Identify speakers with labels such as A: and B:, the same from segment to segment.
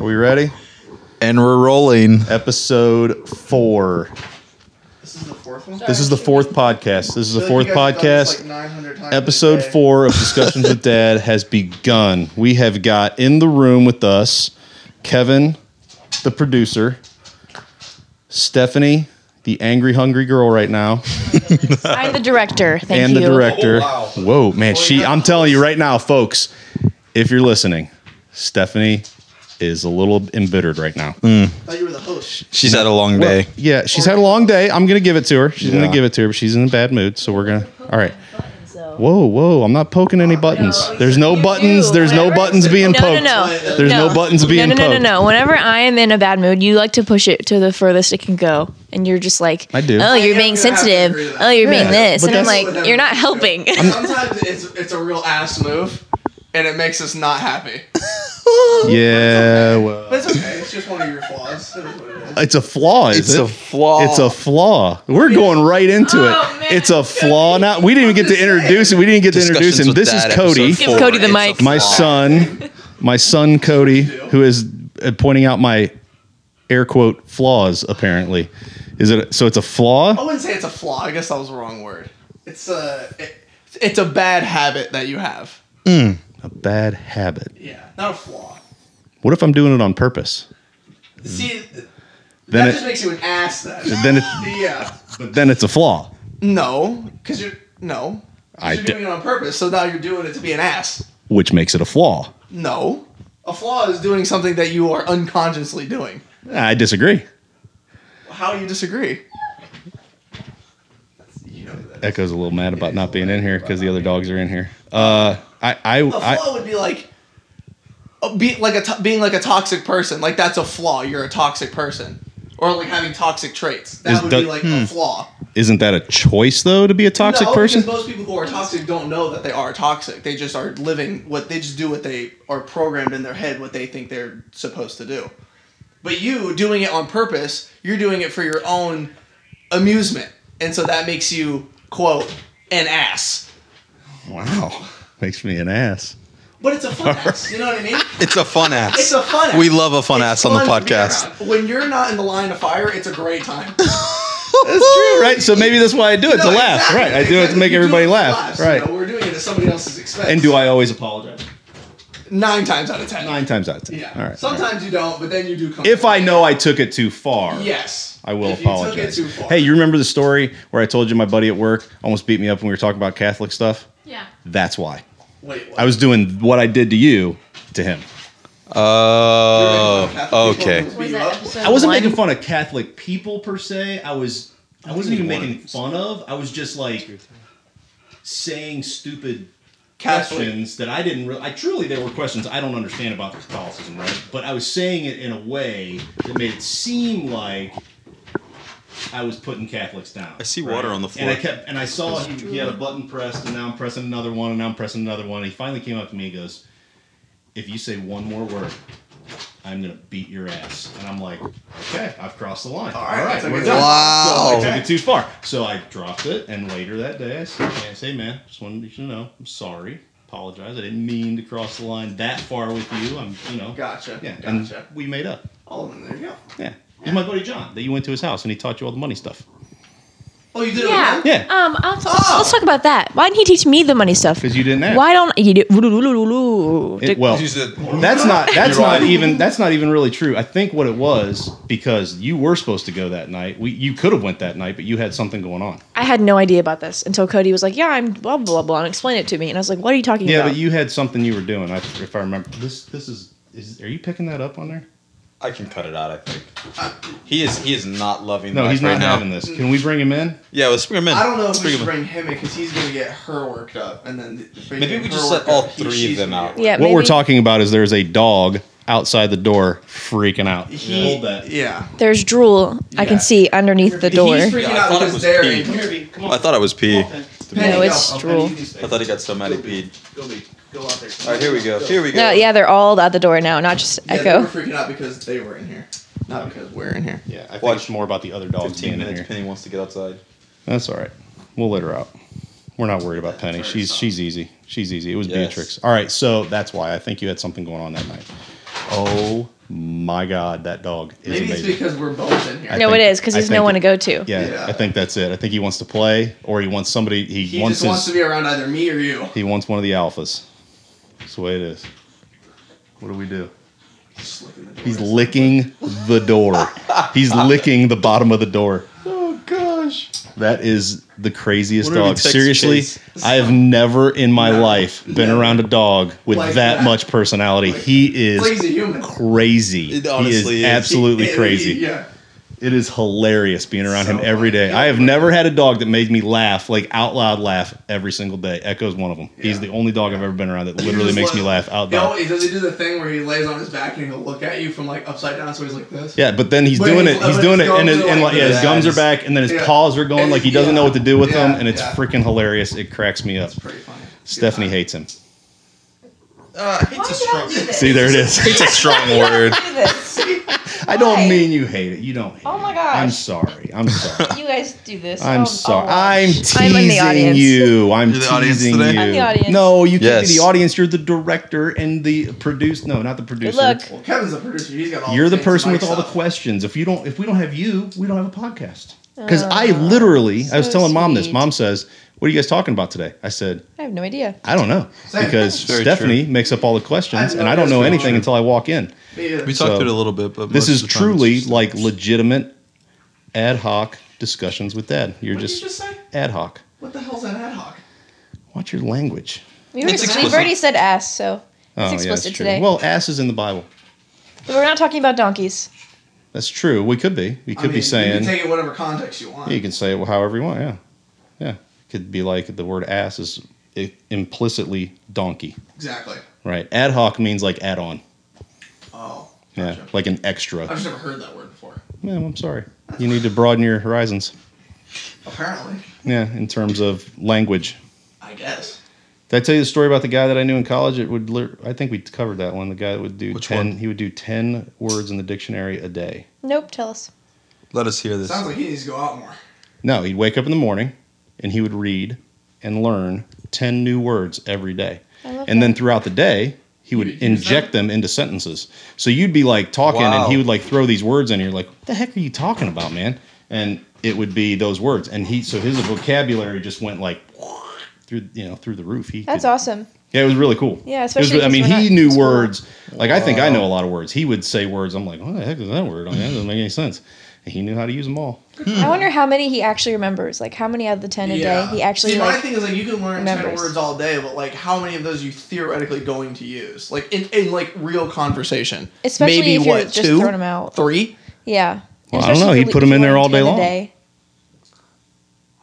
A: Are we ready?
B: And we're rolling.
A: Episode four.
C: This is the fourth one.
A: This is the fourth podcast. This is the fourth podcast. Episode
C: four.
A: four of Discussions with Dad has begun. We have got in the room with us Kevin, the producer, Stephanie, the angry, hungry girl right now,
D: I'm the director. Thank
A: and
D: you.
A: the director.
C: Oh, wow.
A: Whoa, man. She,
C: yeah.
A: I'm telling you right now, folks, if you're listening, Stephanie is a little embittered right now.
C: I thought you were the host.
B: She's had a long day.
A: Yeah, she's had a long day. I'm gonna give it to her. She's
B: Yeah.
A: gonna give it to her, but she's in a bad mood, so we're gonna. All right.
D: So-
A: Whoa, whoa! I'm not poking any buttons. There's no
D: You
A: buttons.
D: do,
A: There's no
D: whatever.
A: buttons being
D: no,
A: poked.
D: No, no,
A: There's no buttons being
D: no, no,
A: poked.
D: No, no, no. Whenever I am in a bad mood, you like to push it to the furthest it can go, and you're just like,
A: I do.
D: Oh,
A: I
D: you're
C: don't
D: being
C: have to agree
D: sensitive.
C: with that.
D: Oh, you're being
A: Yeah,
D: this,
A: but
D: and I'm
A: that's-
D: like, you're not helping.
C: Sometimes it's it's a real ass move, and it makes us not happy.
A: Yeah, well,
C: But it's okay. It's just one of your flaws. It is what it is.
A: it's a flaw. Is
B: It's
A: it?
B: a flaw.
A: It's a flaw. We're going right into
D: Oh, man.
A: it. It's a flaw. Now we didn't even get to introduce him. We didn't get to introduce him. This is Cody,
D: Give Cody the mic.
A: my son, my son Cody, who is uh, pointing out my air quote flaws. Apparently, is it? So it's a flaw.
C: I wouldn't say it's a flaw. I guess that was the wrong word. It's a it, it's a bad habit that you have.
A: A bad habit.
C: Yeah, not a flaw.
A: What if I'm doing it on purpose?
C: See,
A: Mm. Then
C: that
A: it,
C: just makes you an ass. Then.
A: then it,
C: yeah.
A: then it's a flaw.
C: No, because you're no. 'Cause
A: I
C: you're
A: d-
C: doing it on purpose, so now you're doing it to be an ass.
A: which makes it a flaw.
C: No, a flaw is doing something that you are unconsciously doing.
A: I disagree.
C: How do you disagree? That's- You know that.
A: Echo's a little mad about not being in here because the other dogs are in here. Uh, I, I,
C: A
A: I,
C: flaw would be like, a- be like a to- being like a toxic person. Like that's a flaw. You're a toxic person, or like having toxic traits. That
A: Is
C: would
A: do-
C: be like a flaw.
A: isn't that a choice though to be a toxic
C: no,
A: person?
C: Because most people who are toxic don't know that they are toxic. They just are living what they just do what they are programmed in their head what they think they're supposed to do. But you doing it on purpose, you're doing it for your own amusement. And so that makes you quote an ass.
A: Wow, makes me an ass.
C: But it's a fun ass, you know what I mean?
B: It's a fun ass.
C: It's a fun ass.
B: We love a fun ass
C: It's
B: on the
C: fun to be
B: podcast.
C: around. When you're not in the line of fire, it's a great time.
A: That's true, right? So maybe that's why I do it
C: No,
A: to laugh,
C: exactly,
A: right? I do it to
C: exactly.
A: make
C: You do
A: everybody
C: it for
A: laugh,
C: laughs, you
A: right?
C: know, we're doing it at somebody else's expense.
A: And do I always apologize?
C: nine times out of ten.
A: Nine times out of ten.
C: Yeah.
A: All right. all right.
C: Sometimes you don't, but then you do come.
A: If I know I took it too far,
C: Yes.
A: I will
C: If you took it
A: apologize.
C: too far.
A: Hey, you remember the story where I told you my buddy at work almost beat me up when we were talking about Catholic stuff?
D: yeah.
A: That's why.
C: Wait, what?
A: I was doing what I did to you to him. uh,
B: Oh, okay.
A: I wasn't making fun of Catholic people per se. I was I wasn't even
B: one.
A: making fun of. I was just like saying stupid
C: Catholic.
A: questions that I didn't really I truly there were questions I don't understand about Catholicism, right? But I was saying it in a way that made it seem like I was putting Catholics down.
B: I see water on the
A: And
B: floor.
A: I kept, and I saw he, he had a button pressed, and now I'm pressing another one, and now I'm pressing another one. And he finally came up to me and goes, "If you say one more word, I'm gonna beat your ass." And I'm like, "Okay, I've crossed the line. All
C: right, that's a
A: we're
C: good
A: done."
C: one.
A: So I
B: Wow.
A: took it too far, so I dropped it. And later that day, I said, I said, "Hey man, just wanted you to know, I'm sorry, apologize. I didn't mean to cross the line that far with you. I'm, you know,
C: Gotcha.
A: yeah,
C: Gotcha.
A: and we made up.
C: Oh, and there you go.
A: Yeah, he's my buddy John. That you went to his house and he taught you all the money stuff."
C: Oh, you did
D: Yeah.
C: it. again?
A: Yeah.
D: Um. I'll t-
C: Oh.
D: Let's talk about that. Why didn't he teach me the money stuff?
A: Because you didn't ask.
D: Why don't you do?
A: It- well, That's not that's
B: You're
A: not
B: right.
A: even that's not even really true. I think what it was because you were supposed to go that night. We you could have went that night, but you had something going on.
D: I had no idea about this until Cody was like, "Yeah, I'm blah blah blah," and explained it to me, and I was like, "What are you talking
A: Yeah,
D: about?"
A: but you had something you were doing. I, if I remember, this this is is are you picking that up on there?
B: I can cut it out. I think he is. He is not loving.
A: No,
B: life
A: he's not
B: right now.
A: having this. Can we bring him in?
B: Yeah, let's bring him in.
C: I don't know
B: Let's
C: if we
B: bring
C: should
B: him in.
C: bring him in because he's gonna get her worked up, and then
B: Maybe we just let all three of them out.
D: Yeah,
A: what we're
D: maybe-
A: talking about is there's a dog outside the door freaking out. Hold that.
C: Yeah.
D: There's drool I
C: Yeah.
D: can see underneath the door.
C: He's freaking
B: Yeah, I
C: out
B: thought it
C: because
B: was
C: they're
B: pee.
C: in here. Come on.
B: I thought it was pee.
D: No, it's drool.
B: I thought he got so mad he peed.
C: Go, Bee. Go out there.
B: All right, here we go. Here we go.
D: No, yeah, they're all out the door now, not just
C: Yeah, they
D: Echo.
C: were freaking out because they were in here, not because we're in here.
A: Yeah, I think
B: Watch.
A: it's more about the other dogs being
B: Fifteen
A: in
B: minutes.
A: here.
B: Penny wants to get outside.
A: That's all right. We'll let her out. We're not worried about Penny.
C: Sorry,
A: She's
C: stop.
A: she's easy. She's easy. It was
B: Yes.
A: Beatrix. All right, so that's why I think you had something going on that night. Oh my god, that dog is
C: Maybe it's
A: amazing.
C: because we're both in here.
A: I
D: no, it
A: think-
D: is because
A: I
D: he's no
A: think
D: one
A: it-
D: to go to.
A: yeah,
C: Yeah.
A: I think that's it. I think he wants to play, or he wants somebody. He,
C: He
A: wants
C: just
A: his,
C: wants to be around either me or you.
A: He wants one of the alphas. That's the way it is. What do we do?
C: Just look in the door.
A: He's licking the door. He's licking the bottom of the door.
B: Oh gosh.
A: That is the craziest
B: What if he
A: dog.
B: texts
A: Seriously,
B: Chase?
A: I have never in my
C: No.
A: life been
C: Never.
A: around a dog with
C: Like
A: that,
C: that.
A: much personality.
C: Like-
A: he is
C: He's a human.
A: crazy.
B: It honestly
A: he is,
B: is.
A: absolutely
C: Yeah,
A: crazy.
C: Yeah.
A: It is hilarious being around him
C: So
A: every day.
C: funny.
A: I have never had a dog that made me laugh, like out loud laugh every single day. Echo's one of them. He's
C: Yeah.
A: the only dog I've ever been around that
C: He
A: literally
C: just
A: makes me
C: loves-
A: laugh out
C: You know,
A: loud.
C: he does he do the thing where he lays on his back and he'll look at you from like upside down, so he's like this.
A: Yeah, but then he's
C: But
A: doing
C: his-
A: it. He's
C: but
A: doing
C: his
A: it, and,
C: gums
A: his,
C: are
A: and
C: like
A: like, yeah, his
B: this.
A: gums are back, and then his
C: Yeah.
A: paws are going.
C: And
A: Like he
C: his-
A: doesn't know what to do with
C: yeah,
A: them, and it's
C: yeah.
A: freaking hilarious. It cracks me up.
C: It's pretty funny.
A: Stephanie
C: Yeah.
A: hates him.
B: Uh, hate's a strong.
A: See, there it is.
B: Hate's a strong word.
E: do this.
A: I don't
E: Why?
A: mean you hate it. You don't. Hate
E: Oh my
A: it. I'm
E: gosh.
A: sorry. I'm sorry.
E: you guys do this. Oh,
A: I'm
E: I'll-
A: sorry.
E: I'll
A: I'm
E: watch.
A: teasing
D: I'm in the audience.
A: you. I'm
B: You're the audience
A: teasing
B: today?
A: you.
D: I'm the audience.
A: No, you can't be
B: Yes.
A: the audience. You're the director and the produce. No, not the producer.
D: look.
C: Well, Kevin's the producer. He's got all.
A: You're the
C: things
A: person with
C: Mike's
A: all the
C: up.
A: questions. If you don't, if we don't have you, we don't have a podcast. Because I literally, I was
D: Oh, so
A: telling mom this.
D: sweet.
A: Mom says, "What are you guys talking about today?" I said,
D: I have no idea.
A: "I don't know,"
C: Same.
A: because
B: That's very
A: Stephanie makes up all the questions,
C: I
A: and
C: know
A: I don't
C: that's
A: know
C: very
A: anything
C: true.
A: until I walk in.
C: Me either.
B: We talked
A: So,
B: through it a little bit, but
A: This
B: most
A: is
B: of the time it's
A: truly
B: just-
A: like legitimate, ad hoc discussions with Dad. You're
C: What did
A: just,
C: you just say?
A: ad hoc.
C: What the hell's an ad hoc?
A: Watch your language.
D: We already,
B: It's
D: we've
B: explicit.
D: already said ass, so
A: Oh,
D: it's
A: yeah,
D: explicit
A: that's true.
D: today.
A: Well, ass is in the Bible.
D: We're not talking about donkeys.
A: That's true. We could be. We
C: I
A: could
C: mean,
A: be saying.
C: You can take it whatever context you want.
A: Yeah, you can say it however you want. Yeah, yeah. Could be like the word ass is i- implicitly donkey,
C: Exactly.
A: right? Ad hoc means like add on.
C: Oh.
A: Yeah,
C: gotcha.
A: like an extra.
C: I've just never heard that word before.
A: Yeah, I'm sorry. You need to broaden your horizons.
C: Apparently,
A: Yeah, in terms of language.
C: I guess.
A: Did I tell you the story about the guy that I knew in college? It would. lit- I think we covered that one. The guy that would do
B: Which
A: ten.
B: one?
A: He would do ten words in the dictionary a day.
D: Nope, tell us.
B: Let us hear this.
C: Sounds like he needs to go out more.
A: No, he'd wake up in the morning, and he would read and learn ten new words every day.
D: I love
A: and
D: that.
A: then throughout the day he would
C: You'd use
A: inject them into sentences so you'd be like talking
B: Wow.
A: and he would like throw these words in and you're like what the heck are you talking about man and it would be those words and he so his vocabulary just went like through you know through the roof he
D: That's
A: could-
D: awesome.
A: yeah it was really cool
D: Yeah,
A: It was
D: especially
A: re- i mean
D: because we're
A: he
D: not
A: knew
D: in school.
A: words like i think i
B: Wow.
A: know a lot of words he would say words i'm like what the heck is that word that doesn't make any sense and he knew how to use them all
D: I wonder how many he actually remembers. Like how many out of the ten a day he actually
C: See, my
D: like.
C: thing is like you can learn ten
D: remembers.
C: words all day, but like how many of those are you theoretically going to use, like in, in like real conversation?
D: Especially
C: Maybe
D: if you're
C: what
D: just
C: two,
D: throwing 'em out.
C: three.
A: Well,
D: Yeah.
A: I don't
D: Especially
A: know,
D: if
A: he
D: you
A: put 'em in there all day
D: learn 10 a
A: long.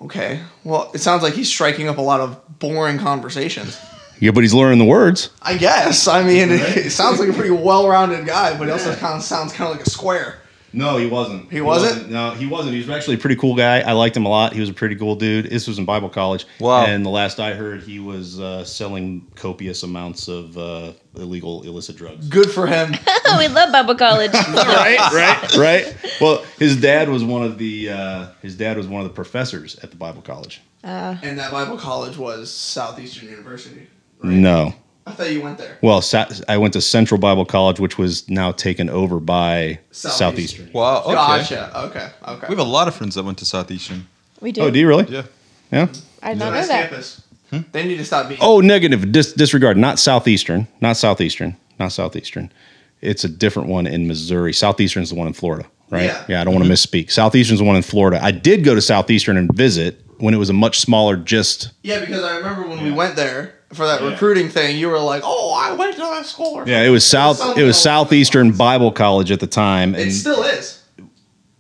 C: Okay, well it sounds like he's striking up a lot of boring conversations.
A: yeah but he's learning the words
C: I guess. I mean, it sounds like a pretty well-rounded guy, but he also kind of sounds kind of like a square.
A: No, he wasn't.
C: He wasn't?
A: No, he wasn't. He was actually a pretty cool guy. I liked him a lot. He was a pretty cool dude. This was in Bible college.
B: Wow.
A: And the last I heard, he was uh, selling copious amounts of uh, illegal, illicit drugs.
C: Good for him.
D: Oh, we love Bible college.
A: right, right, right. Well, his dad was one of the uh, his dad was one of the professors at the Bible college.
C: and that Bible college was Southeastern University.
A: No.
C: I thought you went there.
A: Well, Sa- I went to Central Bible College, which was now taken over by Southeastern.
B: wow. Okay.
C: Gotcha. Okay. Okay.
B: We have a lot of friends that went to Southeastern.
D: we do.
A: Oh, do you really?
B: Yeah.
A: Yeah.
D: I did not know
C: nice
D: that.
C: campus. They need to stop being.
A: Oh, negative. Dis- disregard. Not southeastern. Not southeastern. Not southeastern. It's a different one in Missouri. Southeastern's the one in Florida, right?
C: Yeah. Mm-hmm.
A: I don't want to misspeak. Southeastern's the one in Florida. I did go to Southeastern and visit when it was a much smaller. Just
C: Yeah, because I remember when we
A: Yeah.
C: went there for that recruiting thing, you were like, "Oh, I went to that school."
A: yeah, it was south. It was Southeastern Bible College at the time,
C: It
A: and
C: still is.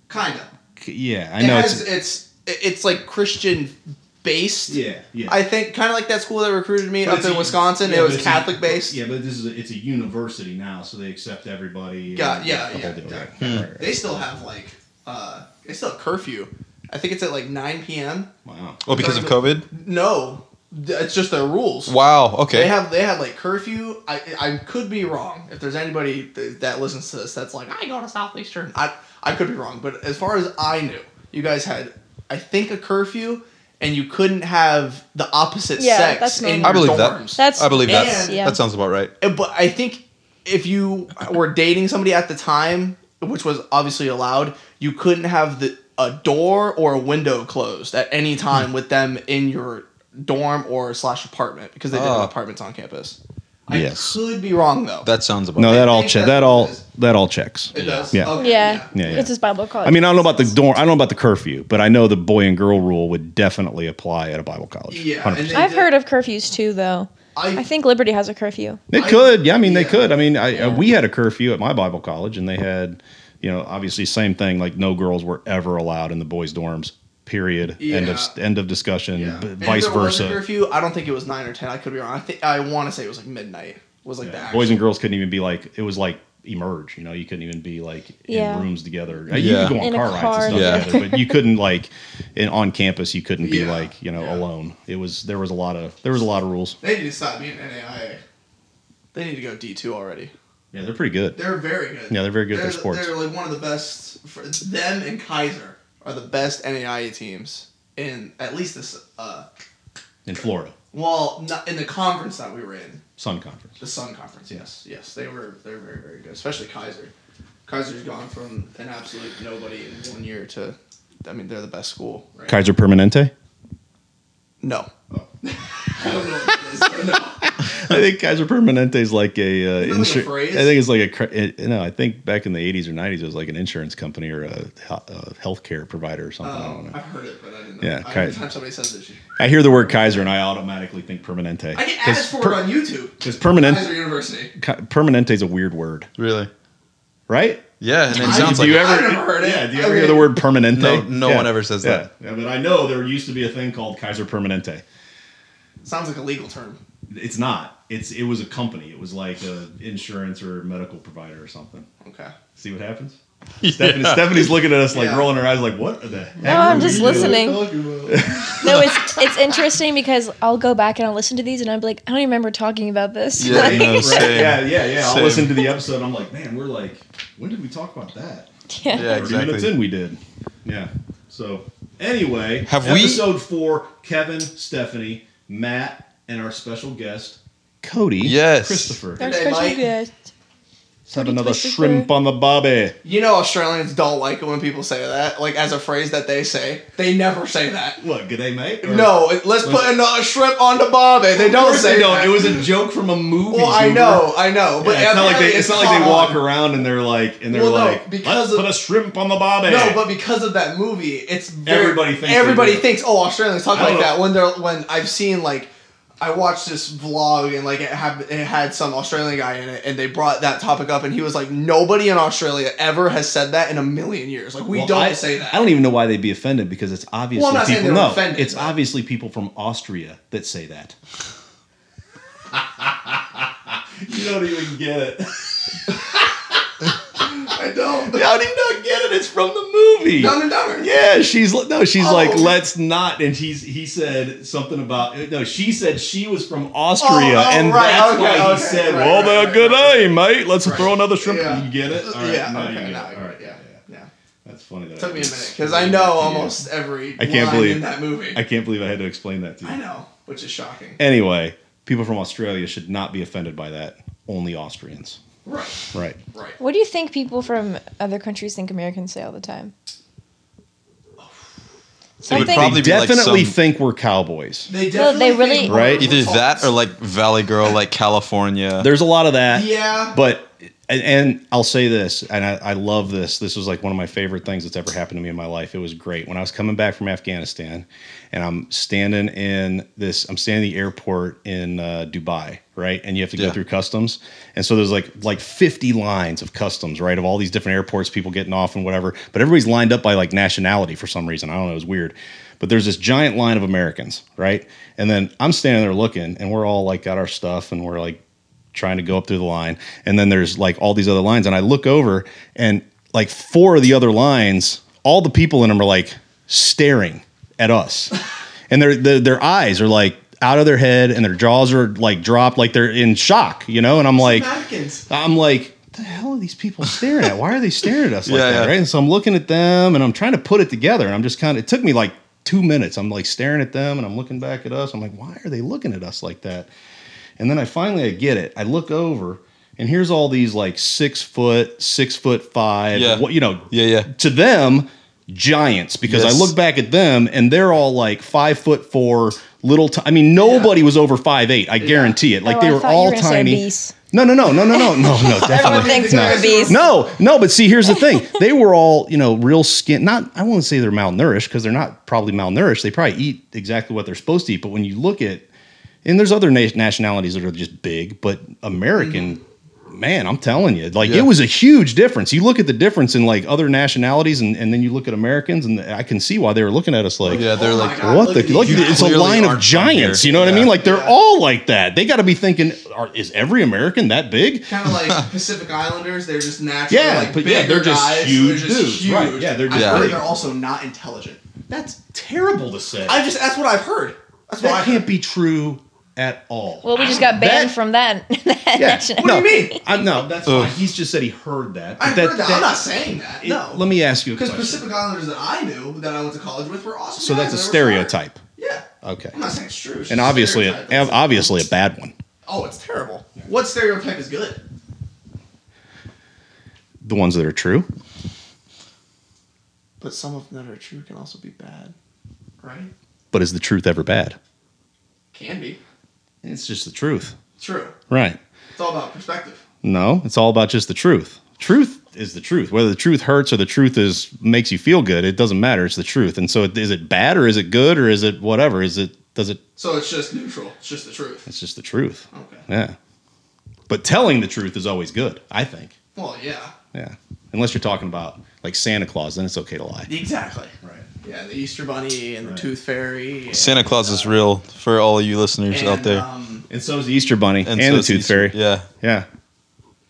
C: Kinda.
A: yeah, I
C: It
A: know
C: has,
A: it's
C: it's it's like Christian based.
A: yeah. e-
C: I think kind of like that school that recruited me up in Wisconsin. it was Catholic based.
A: but this is a, it's a university now, so they accept everybody.
C: Got- yeah, yeah, exactly. They still have like uh, they still have curfew. I think it's at like 9 p.m.
A: Wow.
B: Oh, because of COVID?
C: No, th- it's just their rules.
B: Wow. Okay.
C: They have they had like curfew. I I could be wrong. If there's anybody th- that listens to this that's like I go to Southeastern, I I could be wrong. But as far as I knew, you guys had I think a curfew, and you couldn't have the opposite
D: Yeah,
C: sex
D: that's
C: in
D: normal.
C: your
B: I believe that.
C: dorms.
D: That's
B: I believe that.
C: And-
D: Yeah.
B: That sounds about right.
C: Uh, But I think if you were dating somebody at the time, which was obviously allowed, you couldn't have the a door or a window closed at any
A: Hmm.
C: time with them in your dorm or slash apartment because they didn't
B: Ah.
C: have apartments on campus. I
A: Yes.
C: could be wrong though.
B: That sounds about
A: No, that all
C: think
A: che-
C: that's
A: that
C: what
A: all
C: it is.
A: that all checks.
C: it does.
A: Yeah.
C: Okay,
D: Yeah.
A: Yeah, yeah.
D: It's just Bible college.
A: I mean, I don't know about the dorm. I don't know about the curfew, but I know the boy and girl rule would definitely apply at a Bible college.
C: Yeah,
A: 100%.
C: and they
D: I've
C: did-
D: heard of curfews too, though. I think Liberty has a curfew.
A: They
C: I-
A: could. Yeah, I mean, they
C: yeah.
A: could. I mean, I, uh we had a curfew at my Bible college, and they had, you know, obviously same thing. Like no girls were ever allowed in the boys' dorms. Period. End of
C: Yeah.
A: end of discussion.
C: Yeah.
A: b-
C: And if
A: vice
C: there was a
A: versa.
C: Curfew, I don't think it was nine or ten. I could be wrong. I think I want to say it was like midnight. Was like
A: Yeah.
C: that.
A: Boys and girls couldn't even be like. It was like emerge. You know, you couldn't even be like
D: Yeah.
A: in rooms together. Uh,
B: Yeah.
A: You could go on
D: In a
A: car rides
D: car
A: and stuff
B: Yeah.
A: together, but you couldn't like, in, on campus, you couldn't be
C: Yeah.
A: like you know
C: Yeah.
A: alone. It was there was a lot of there was a lot of rules.
C: They need to stop being NAIA. They need to go D two already.
A: Yeah, they're pretty good.
C: They're very good.
A: Yeah, they're very good at
C: they're,
A: their sports.
C: They're like one of the best. For them and Kaiser are the best NAIA teams in at least this. Uh,
A: In Florida,
C: well, not in the conference that we were in,
A: Sun Conference.
C: the Sun Conference. Yes, yes, they were. They're very, very good, especially Kaiser. Kaiser's gone from an absolute nobody in one year to, I mean, they're the best school. Right?
A: Kaiser Permanente.
C: No.
A: Oh.
C: I don't know what it is, but no.
A: I think Kaiser Permanente is like a uh,
C: Isn't that like a
A: insur-
C: phrase?
A: I think it's like a cr- it, no. I think back in the '80s or '90s, it was like an insurance company or a, he- a healthcare provider or something. I
C: Um,
A: don't know.
C: I've heard it, but I didn't know.
A: Oh. Yeah,
C: I, every
A: Kaiser.
C: time somebody says this,
A: I hear the word Kaiser and I automatically think Permanente.
C: I get ads for it on YouTube.
A: Because permanent
C: Kaiser University.
A: Ki- Permanente is a weird word,
B: Really?
A: right?
B: Yeah, and it
C: I-
B: sounds
A: do
B: like
A: you ever?
C: I've never heard it.
A: Yeah. Do you ever
C: Okay.
A: hear the word Permanente?
B: No- no
A: Yeah.
B: one ever says
A: Yeah.
B: that.
A: Yeah, but I know there used to be a thing called Kaiser Permanente.
C: Sounds like a legal term.
A: It's not. It's it was a company. It was like a insurance or medical provider or something.
C: Okay.
A: See what happens. Stephanie, Stephanie's looking at us like
C: Yeah.
A: rolling her eyes, like, "What the heck?"
D: No,
A: were
D: I'm
A: we
D: just
A: doing?"
D: listening. No, it's it's interesting because I'll go back and I'll listen to these and I'm like, I don't even remember talking about this.
B: Yeah,
D: Like,
B: I know.
A: Right,
B: Same.
A: Yeah, yeah, yeah. I'll
B: Same.
A: listen to the episode. and I'm like, man, we're like, when did we talk about that?
D: yeah.
B: Yeah,
A: Thirty minutes
B: exactly.
A: in, we did. Yeah. So anyway,
B: Have we-
A: episode four? Kevin, Stephanie, Matt, and our special guest, Cody.
B: Yes.
A: Christopher.
D: Our
A: Let's
C: Hey,
D: special
C: Mike.
D: guest.
A: Have
D: Cody
A: another
D: Christopher.
A: shrimp on the bobby.
C: You know Australians don't like it when people say that, like as a phrase that they say. They never say that.
A: What? Good day, mate. Or-
C: No, it- let's put another shrimp on the barbie. They
A: Of
C: don't
A: course
C: say
A: they don't.
C: that.
A: It was a joke from a movie.
C: well, I
A: Hoover.
C: know, I know, but
A: Yeah, it's not like they.
C: apparently
A: It's not like they
C: common.
A: walk around and they're like, and they're
C: Well, no,
A: like, let's
C: because of-
A: put a shrimp on the bobby.
C: No, but because of that movie, it's very,
A: Everybody thinks they
C: everybody
A: do it.
C: thinks oh Australians talk
A: I
C: like
A: don't
C: that
A: know.
C: when they're when I've seen like I watched this vlog and like it had it had some Australian guy in it and they brought that topic up and he was like nobody in Australia ever has said that in a million years like we
A: Well,
C: don't
A: I,
C: say that
A: I don't even know why they'd be offended because it's obviously
C: Well, I'm not saying
A: people.
C: they were
A: No,
C: offended,
A: it's
C: but-
A: obviously people from Austria that say that. you don't even get it.
C: I don't
A: How do you not get it? It's from the movie.
C: Dumb and Dumber
A: Yeah, she's li- no, she's
C: Oh.
A: like, let's not. And he's he said something about no, she said she was from Austria,
C: Oh, oh,
A: and
C: right,
A: that's
C: okay,
A: why he
C: okay,
A: said,
C: right,
A: "Well,
C: right,
A: they're
C: right,
A: good
C: right.
A: aim, mate. Let's
C: Right.
A: throw another shrimp."
C: Yeah.
A: You get it? All right,
C: yeah
A: now you
C: okay
A: get it.
C: now I get
A: All
C: it,
A: right,
C: yeah yeah
A: That's funny. That I
C: took me a
A: just
C: minute because I
A: explained
C: know
A: that to you.
C: almost every
A: I can't
C: line
A: believe-
C: in that movie
A: I can't believe I had to explain that to you.
C: I know which is shocking
A: Anyway, people from Australia should not be offended by that. Only Austrians.
C: right
A: Right.
C: right
D: What do you think people from other countries think Americans say all the time?
B: would
D: Something
B: probably-
A: They
B: be like
A: definitely
B: some-
A: think we're cowboys.
C: they
D: No,
C: definitely
D: they really-
C: think
A: Right?
B: Either that or like Valley Girl, like California.
A: There's a lot of that.
C: Yeah.
A: But and, and I'll say this, and I, I love this. This was like one of my favorite things that's ever happened to me in my life. It was great when I was coming back from Afghanistan, and I'm standing in this. I'm standing in the airport in uh, Dubai, right? And you have to
B: Yeah.
A: go through customs, and so there's like like 50 lines of customs, right? Of all these different airports, people getting off and whatever. But everybody's lined up by like nationality for some reason. I don't know. It was weird. But there's this giant line of Americans, right? And then I'm standing there looking, and we're all like got our stuff, and we're like trying to go up through the line and then there's like all these other lines and i look over and like four of the other lines all the people in them are like staring at us and their their, their eyes are like out of their head and their jaws are like dropped like they're in shock you know and i'm like
C: Americans
A: I'm like, what the hell are these people staring at? Why are they staring at us like that?
B: Yeah, yeah.
A: Right. And so I'm looking at them and I'm trying to put it together. And I'm just kind of, it took me like two minutes. I'm like staring at them and I'm looking back at us. I'm like, why are they looking at us like that? And then I finally, I get it. I look over and here's all these like six foot, six foot five,
B: Yeah.
A: what you know,
B: Yeah, yeah.
A: to them giants because
B: Yes.
A: I look back at them and they're all like five foot four, little. T- I mean, nobody was over five eight. I guarantee it. Like
D: Oh,
A: they
D: I
A: were
D: thought you
A: all
D: were gonna say
A: tiny.
D: obese.
A: No, no, no, no, no, no, no, no,
D: Everyone
A: definitely.
D: thinks we're obese.
A: No, no, but see, here's the thing. They were all, you know, real skin. Not, I won't say they're malnourished because they're not probably malnourished. They probably eat exactly what they're supposed to eat. But when you look at, and there's other na- nationalities that are just big, but American, man, I'm telling you, like
B: Mm-hmm. Yeah.
A: it was a huge difference. You look at the difference in like other nationalities, and, and then you look at Americans, and I can see why they were looking at us like,
B: Yeah, they're
C: Oh my
B: like,
C: God.
A: what
C: look
A: the?
C: at these
A: Look,
C: guys.
A: it's a
B: Clearly
A: line of
B: aren't from
A: giants.
B: here.
A: You know what I
B: Yeah.
A: mean? Like they're
C: Yeah.
A: all like that. They got to be thinking, are, is every American that big?
C: Kind of like Pacific Islanders, they're just natural.
A: Yeah,
C: like,
A: but yeah,
C: bigger
A: they're just
C: guys,
A: huge
C: they're just
A: dudes,
C: huge.
A: right, yeah, they're
C: I
A: just
C: heard
B: big.
C: they're also not intelligent.
A: That's terrible to say.
C: I just that's what I've heard. That's what I
A: that
C: heard.
A: can't be true at all.
D: Well, we just got banned
A: That-
D: from that. that
A: Yeah.
D: national-
C: What do you mean?
A: I, no, that's
B: Ugh.
A: fine. He's just said he heard that.
C: I
A: But
C: heard that. I'm not saying that.
A: it-
C: no.
A: Let me ask you a
C: because
A: question.
C: Pacific Islanders that I knew that I went to college with were awesome.
A: so
C: guys,
A: that's a
C: they were smart.
A: stereotype.
C: Yeah.
A: Okay.
C: I'm not saying it's true. It's
A: And
C: just a
A: obviously, a,
C: stereotype. It's-
A: obviously a bad one.
C: oh, it's terrible. What stereotype is good?
A: The ones that are true.
C: But some of them that are true can also be bad, right?
A: But is the truth ever bad?
C: Can be
A: It's just the truth.
C: true.
A: Right.
C: It's all about perspective.
A: No, it's all about just the truth. Truth is the truth. Whether the truth hurts or the truth is makes you feel good, it doesn't matter. It's the truth. And so, it, is it bad or is it good or is it whatever? Is it does it?
C: So it's just neutral. It's just the truth.
A: It's just the truth.
C: Okay.
A: Yeah. But telling the truth is always good, I think.
C: Well, yeah.
A: Yeah. Unless you're talking about like Santa Claus, then it's okay to lie.
C: Exactly.
A: Right.
C: Yeah, the Easter Bunny and
A: Right.
C: the Tooth Fairy. And,
B: Santa Claus is real for all you listeners
C: and,
B: out there.
C: Um,
A: And so is the Easter Bunny and,
B: so
A: the
B: it's
A: Tooth
B: easy-
A: Fairy. Yeah.
B: Yeah.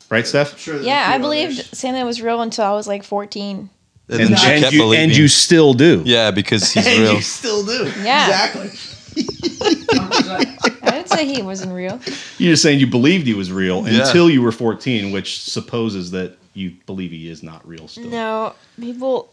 A: Right, Steph?
C: sure. there's a
D: yeah,
C: few
D: I believed
C: others.
D: Santa was real until I was like 14.
B: And,
A: And,
B: then she
A: and
B: kept
A: you, and
B: believing.
A: you still do.
B: Yeah, because he's
C: And
B: real.
C: you still do.
D: Yeah.
C: Exactly. 100%.
D: I didn't say he wasn't real.
A: You're just saying you believed he was real
B: Yeah.
A: until you were 14, which supposes that you believe he is not real still.
D: No, people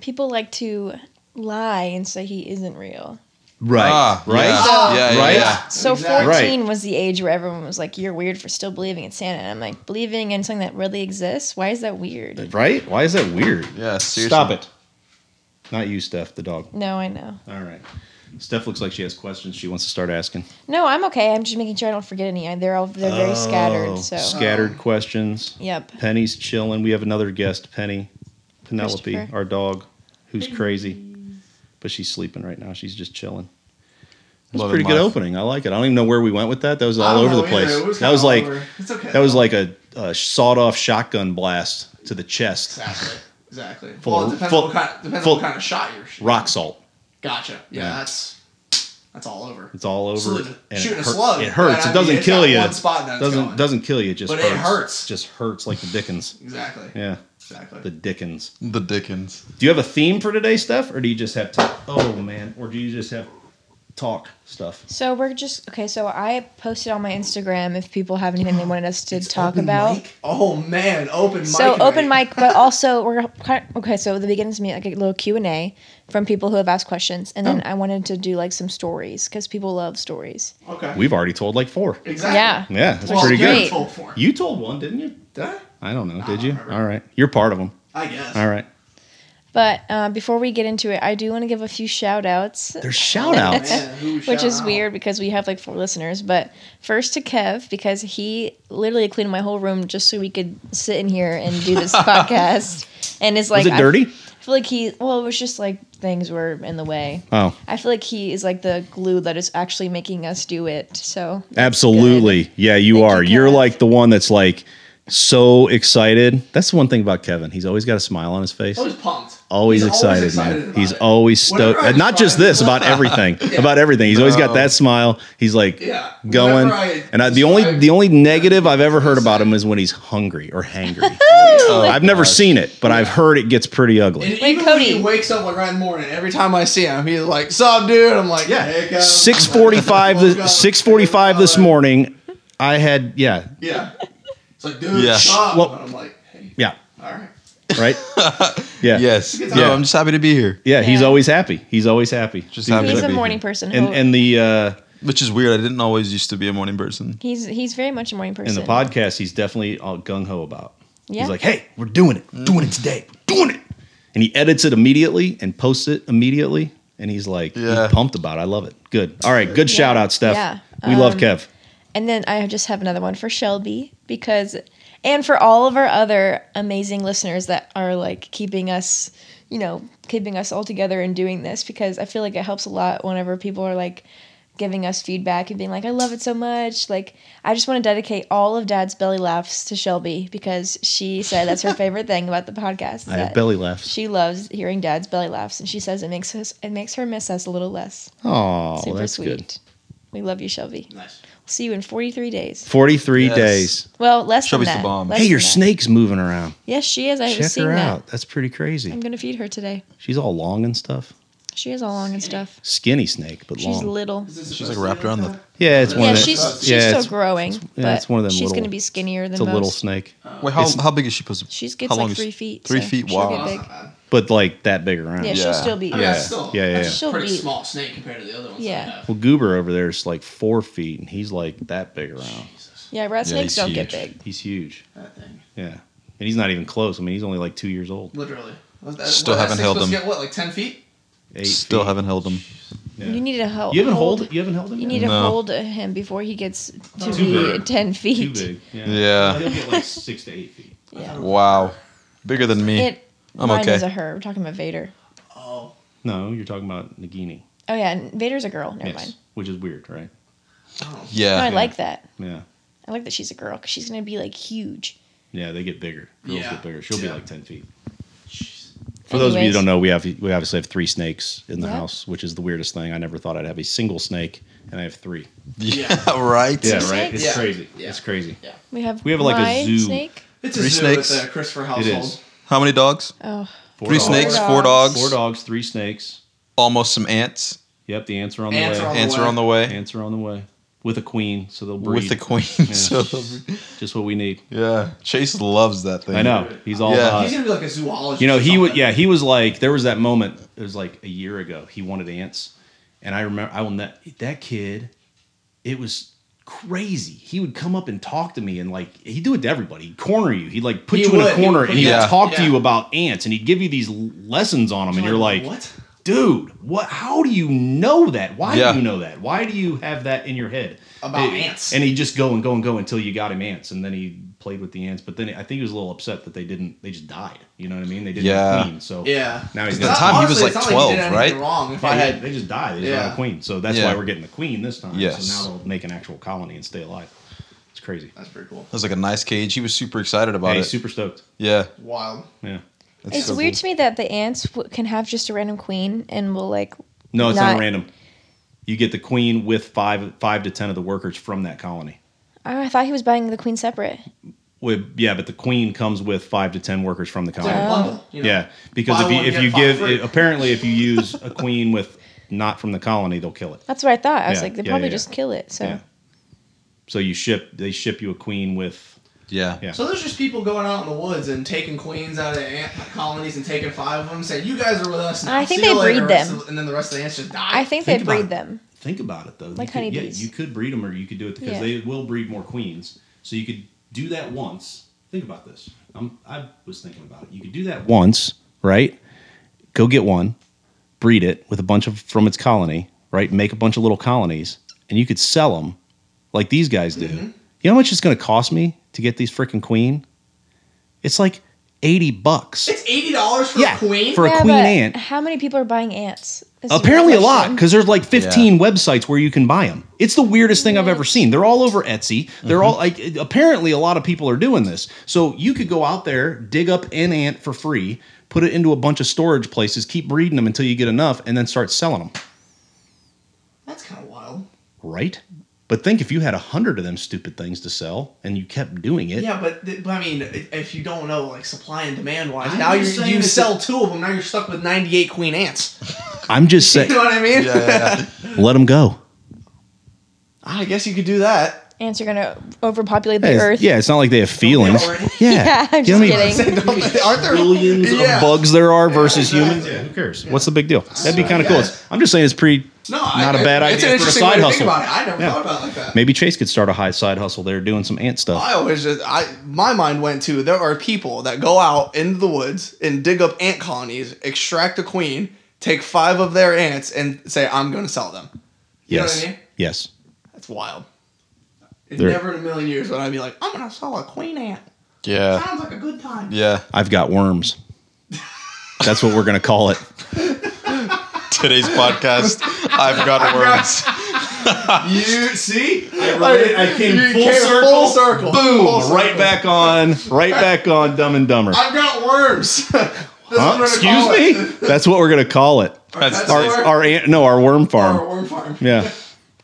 D: people like to lie and say he isn't real.
A: Right.
B: Ah,
A: right?
B: Yeah, yeah, yeah,
A: Right?
B: yeah.
D: So
C: Exactly.
D: 14 was the age where everyone was like, "You're weird for still believing in Santa." And I'm like, "Believing in something that really exists? Why is that weird?"
A: Right? Why is that weird?
B: Yeah, seriously.
A: Stop it. Not you, Steph, the dog.
D: No, I know.
A: All right. Steph looks like she has questions she wants to start asking.
D: No, I'm okay. I'm just making sure I don't forget any. I- They're all they're very
A: Oh,
D: scattered. So,
A: Scattered questions.
D: yep.
A: Penny's chilling. We have another guest, Penny, Penelope,
D: Christopher.
A: our dog, who's crazy, but she's sleeping right now. She's just chilling. That was a
B: Love
A: pretty
B: and
A: good
B: life.
A: opening. I like it. I don't even know where we went with that. That was
C: I
A: all
C: don't
A: over the
C: know either.
A: place.
C: It was
A: that was
C: kinda all
A: like
C: over. it's okay.
A: that was like a, a sawed-off shotgun blast to the chest.
C: exactly exactly.
A: Full-
C: well, it depends
A: full-
C: what kind of, depends
A: full-
C: what kind of shot you're shooting.
A: Rock salt.
C: Gotcha. Yeah,
A: Yeah.
C: that's that's all over.
A: It's all over.
C: Salute.
A: and
C: Shooting a
A: it, hurt-
C: slug,
A: it hurts.
C: but I
A: it doesn't
C: mean, it's
A: kill
C: got
A: you.
C: one spot that it's
A: doesn't
C: going.
A: doesn't kill you. It just
C: But
A: hurts.
C: it hurts.
A: Just hurts like the Dickens.
C: Exactly.
A: Yeah,
C: Exactly.
A: the Dickens.
B: The Dickens.
A: Do you have a theme for today, Steph, or do you just have talk? Oh man, or do you just have talk stuff?
D: So we're just okay. So I posted on my Instagram if people have anything they wanted us to talk about.
C: Oh man, open mic.
D: So
C: night.
D: open mic, but also we're kind of- okay. So the beginning's me like a little Q and A from people who have asked questions, and
A: Oh.
D: then I wanted to do like some stories because people love stories.
C: Okay.
A: We've already told like four.
C: exactly.
D: Yeah.
A: Yeah, that's
C: Well,
A: pretty
C: you
A: good.
D: great. Ah,
C: told for it.
A: You told one, didn't you?
C: Did I?
A: I don't know.
C: I
A: Did
C: don't
A: you?
C: remember.
A: All right, you're part of them.
C: I guess.
A: All right.
D: But uh, before we get into it, I do want to give a few shout outs,
A: There's shout outs.
C: Man, who
D: which
C: shout
D: is
C: out?
D: weird because we have like four listeners. But first to Kev because he literally cleaned my whole room just so we could sit in here and do this podcast. And it's like
A: Was it
D: I-
A: dirty?
D: I feel like he well, it was just like things were in the way.
A: Oh,
D: I feel like he is like the glue that is actually making us do it. So
A: absolutely. Yeah, you
D: Thank
A: are.
D: you,
A: You, are
D: Kev.
A: like the one that's like so excited. That's the one thing about Kevin. He's always got a smile on his face.
C: I was pumped.
A: Always
C: He's
A: excited, man.
C: about
A: He's
C: it.
A: always
C: Whenever
A: stoked.
C: I
A: Not just
C: try-
A: this, about everything.
C: Yeah.
A: About everything. He's always got
B: No.
A: that smile. He's like
C: Yeah.
A: going.
C: Whenever I
A: and I, the only
C: describe-
A: the only negative I've ever heard about him is when he's hungry or hangry.
B: Oh,
A: uh, I've never
B: gosh.
A: seen it, but I've heard it gets pretty
C: And
A: ugly.
C: even when
D: Cody.
C: he wakes up like right in the morning. Every time I see him, he's like, "Sup, dude?" I'm like, "Yeah." Hey, Kev."
A: Six forty five
C: Woke up.
A: this six forty five this
C: Yeah.
A: morning. I had yeah
C: Yeah. It's like, dude,
B: Yeah.
C: sup?
A: Well-
C: and I'm like, hey,
A: yeah
C: all right.
A: right yeah
B: Yes.
C: Yeah.
B: No, I'm just happy to be here.
A: yeah. He's
D: Yeah.
A: always happy. He's always happy.
B: Just happy
D: he's
B: to
D: a
B: be
D: morning
B: here.
D: person.
A: and
D: who-
A: and the uh,
B: Which is weird. I didn't always used to be a morning person.
D: He's he's very much a morning
A: In
D: person.
A: the podcast, he's definitely all gung ho about.
D: Yeah.
A: He's like, hey, we're doing it, doing it today, doing it. And he edits it immediately and posts it immediately. And he's like,
B: Yeah.
A: he's pumped about it. I love it. Good. All right. Good shout out, Steph.
D: Yeah. Um,
A: We love Kev.
D: And then I just have another one for Shelby because, and for all of our other amazing listeners that are like keeping us, you know, keeping us all together and doing this because I feel like it helps a lot whenever people are like giving us feedback and being like, I love it so much. Like, I just want to dedicate all of Dad's belly laughs to Shelby because she said that's her favorite thing about the podcast. is
A: I have
D: that
A: belly laughs.
D: She loves hearing Dad's belly laughs, and she says it makes us it makes her miss us a little less.
A: Oh,
D: Super
A: that's
D: sweet.
A: good.
D: We love you, Shelby.
C: Nice.
D: See you in 43 days.
A: 43
B: Yes.
A: days.
D: Well, less
B: Shelby's the
D: than that.
B: bomb.
D: Less
A: Hey,
D: than
A: your
D: that.
A: snake's moving around.
D: Yes, she is. I have
A: Check
D: seen
A: her
D: that.
A: out. That's pretty
D: I'm
A: crazy.
D: gonna feed her today.
A: She's all long and stuff.
D: She is all long and stuff.
A: Skinny snake, but
D: She's
A: long.
D: little.
B: She's like wrapped around the.
A: yeah, it's one
D: Yeah,
A: of the,
D: she's she's
A: yeah,
D: still
A: it's,
D: growing,
A: yeah,
D: but
A: it's one of them
D: she's
A: little-
D: gonna be skinnier than
A: it's a
D: most.
A: little snake.
B: Wait, how,
A: It's-
B: how big is she supposed to?
D: She
B: how
D: gets
B: long
D: like
B: is-
D: three feet.
B: Three
D: so
B: feet.
D: she'll
B: Wow.
D: get big.
C: Yeah.
A: But like that big around.
D: Yeah,
B: Yeah.
D: she'll still be.
A: Yeah.
C: Still,
A: yeah,
C: that's
A: yeah.
D: She'll
C: pretty
D: be-
C: small snake compared to the other ones.
D: Yeah.
C: I have.
A: Well, Goober over there is like four feet, and he's like that big around.
C: Jesus,
D: Yeah, rat
B: Yeah, he's
D: snakes don't get
B: huge.
D: big.
A: He's huge.
C: that thing.
A: Yeah, and he's not even close. I mean, he's only like two years old.
C: Literally. Was that-
B: Still
C: that
B: haven't
C: snake's
B: held
C: supposed to
B: them.
C: Get, what, like ten feet?
A: Eight
B: Still
A: feet.
B: haven't held them.
A: Yeah.
D: You need to help.
A: You haven't hold. You haven't held him. yet?
D: You need to
B: No.
D: hold him before he gets to
A: Too
D: be
A: big.
D: ten
A: Too
D: feet.
A: big. Yeah.
B: Yeah.
A: He'll get like six to eight feet.
D: Yeah.
B: Wow. Bigger than me.
A: Eh,
D: It.
B: I'm
D: mine
B: okay.
D: is a her. We're talking about Vader.
C: Oh,
A: No, you're talking about Nagini.
D: Oh yeah, and Vader's a girl. Never
A: yes,
D: mind.
A: which is weird, right?
C: oh.
D: No, I
B: yeah.
D: like that.
A: Yeah.
D: I like that she's a girl because she's gonna be like huge.
A: Yeah, they get bigger. Girls
C: Yeah.
A: get bigger. She'll be
C: Yeah.
A: like ten feet.
C: Jeez.
A: For those of you who
D: Anyways.
A: don't know, we have we obviously have three snakes in the
D: Yeah.
A: house, which is the weirdest thing. I never thought I'd have a single snake, and I have three.
B: Yeah. Right.
A: Yeah,
D: Two
A: right.
D: snakes?
A: It's
C: Yeah.
A: crazy.
C: Yeah.
A: It's crazy.
C: Yeah.
D: We have
A: We have, like, a
D: my
A: zoo.
D: snake.
C: It's a
B: Three
C: zoo
B: snakes?
C: at the Christopher
A: It
C: household.
A: is.
B: How many dogs?
D: Oh,
A: Four
B: Three
A: dogs.
B: snakes.
D: Four
B: Four
D: dogs.
B: dogs.
A: Four dogs. Three snakes.
B: Almost some ants.
A: Yep, the ants are on
C: Ants
A: the
C: are
A: way.
C: on the
B: Ants
C: way.
B: are on the way.
A: Ants are on the way with a queen, so they'll breed.
B: With the queen.
A: Yeah.
B: So they'll breed.
A: just what we need.
B: Yeah, Chase loves that thing.
A: I know he's all
B: Yeah.
A: about
C: He's
A: it.
C: gonna be like a zoologist.
A: You know
C: or
A: he would.
C: something.
A: Yeah, he was like there was that moment. It was like a year ago. He wanted ants, and I remember I will not. That kid, it was crazy. He would come up and talk to me, and like he'd do it to everybody. He'd corner you. He'd like put
C: He
A: you in
C: would.
A: a
C: He
A: corner,
C: would put
A: and he'd
B: you- Yeah.
A: talk to
C: Yeah.
A: you about ants, and he'd give you these l- lessons on them, and you're like,
C: what?
A: dude, what? How do you know that? Why
B: Yeah.
A: do you know that? Why do you have that in your head
C: About
A: And-
C: ants.
A: And he just go and go and go until you got him ants, and then he played with the ants. But then I think he was a little upset that they didn't. They just died. You know what I mean? They didn't have
B: Yeah.
A: a queen. So
C: Yeah.
A: now he's
B: At the
A: got-
B: time, he was,
C: Honestly,
B: like,
C: it's not he did
B: 12,
C: anything
B: right?
C: Wrong. If
A: Yeah,
C: I had
A: they just died. They just
C: Yeah.
A: had a queen. So that's
B: Yeah.
A: why we're getting a queen this time.
B: Yes.
A: So now they'll make an actual colony and stay alive. It's crazy.
C: That's pretty cool.
B: It was like a nice cage. He was super excited about
A: Hey,
B: it.
A: super stoked.
B: yeah,
C: Wild.
A: Yeah.
B: That's
D: it's
B: so
D: weird
B: cool.
D: to me that the ants w- can have just a random queen and will like.
A: No, it's not,
D: Not-
A: random. You get the queen with five five to ten of the workers from that colony.
D: Oh, I thought he was buying the queen separate.
A: With, yeah, but the queen comes with five to ten workers from the
C: It's like
A: colony.
C: a bundle. You know?
A: Yeah, because
C: Buy
A: if you
C: one,
A: if
C: get
A: you
C: five
A: give
C: free.
A: it, apparently if you use a queen with not from the colony, they'll kill it.
D: That's what I thought. I was
A: Yeah,
D: like, they
A: yeah,
D: probably
A: yeah,
D: just kill it. So
A: Yeah. So you ship they ship you a queen with
B: Yeah,
A: yeah.
C: So there's just people going out in the woods and taking queens out of the ant colonies and taking five of them, saying, "You guys are with us." Now.
D: I think
C: See you
D: they
C: later,"
D: breed
C: and so- And then the rest of the ants just die.
D: I
A: Think
D: think, they
A: about
D: breed
A: it.
D: them.
A: Think about it though.
D: Like
A: you could, yeah,
D: honeybees.
A: you could breed them or you could do it because
D: Yeah.
A: they will breed more queens. So you could do that once. Think about this. I'm, I was thinking about it. You could do that once, right? Go get one, breed it with a bunch of from its colony, right? Make a bunch of little colonies, and you could sell them like these guys do. You know how much it's going to cost me to get these freaking queen? It's like 80 bucks.
C: it's eighty dollars for
A: Yeah,
C: a queen.
A: for a
D: Yeah,
A: queen
D: but
A: ant.
D: How many people are buying ants? This is
A: Apparently, a
D: my
A: lot
D: question.
A: because there's like 15 websites where you can buy them. It's the weirdest thing I've ever seen. They're all over Etsy. They're all like, it- apparently, a lot of people are doing this. So you could go out there, dig up an ant for free, put it into a bunch of storage places, keep breeding them until you get enough, and then start selling them.
C: That's kind of wild.
A: Right? But think if you had a hundred of them stupid things to sell and you kept doing it.
C: Yeah, but, th- but I mean, i- if you don't know like supply and demand wise,
A: I'm
C: now you
A: just saying
C: you
A: it's a-
C: sell two of them. Now you're stuck with ninety eight queen ants.
A: I'm just
C: you
A: saying,
C: know what I mean?
B: Yeah, yeah,
A: let them go.
C: I guess you could do that.
D: Ants are gonna overpopulate the
A: Hey,
D: earth.
A: Yeah, it's not like they have feelings.
C: already?
A: Yeah.
D: Yeah, I'm
A: You know
D: just
A: how many
D: kidding.
C: Don't they- Aren't there
A: billions
C: Yeah.
A: of bugs there are versus
C: Yeah.
A: humans.
C: Yeah.
A: who cares? What's the big deal? That'd be
C: So,
A: kind of cool.
C: yeah.
A: It's- I'm just saying it's pretty
C: No,
A: Not a
C: a
A: bad
C: It's
A: idea for
C: an
A: a
C: interesting
A: side
C: way to
A: hustle.
C: think about it. I never
A: Yeah.
C: thought about it like that.
A: Maybe Chase could start a high side hustle there doing some ant stuff.
C: I always just I my mind went to there are people that go out into the woods and dig up ant colonies, extract a queen, take five of their ants, and say I'm going to sell them. You know what
A: yes.
C: I mean?
A: Yes.
C: That's wild. It
A: There-
C: never in a million years would I be like I'm going to sell a queen ant.
B: Yeah.
C: Sounds like a good time.
B: Yeah.
A: I've got worms. That's what we're going to call it.
B: Today's podcast, I've got worms.
C: You see, I,
A: I came full circle,
C: full circle.
A: Boom!
C: Full circle.
A: Right back on, right back on Dumb and Dumber.
C: I've got worms. This is
A: Huh?
C: what we're gonna call it.
A: Excuse me? That's what we're going to call it.
B: That's
C: That's
A: Our,
C: worm-
A: our ant, no, our worm
C: our
A: farm.
C: worm farm.
A: Yeah.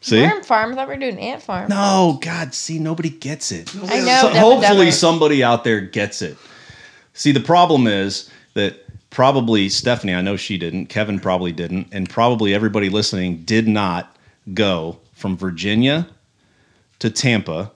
A: See?
D: Worm farm. I thought we were doing ant farm.
A: No, God, see, nobody gets it.
D: I know.
A: So
D: Dumb and
A: hopefully
D: Dumber.
A: somebody out there gets it. See, the problem is that probably Stephanie, I know she didn't, Kevin probably didn't, and probably everybody listening did not go from Virginia to Tampa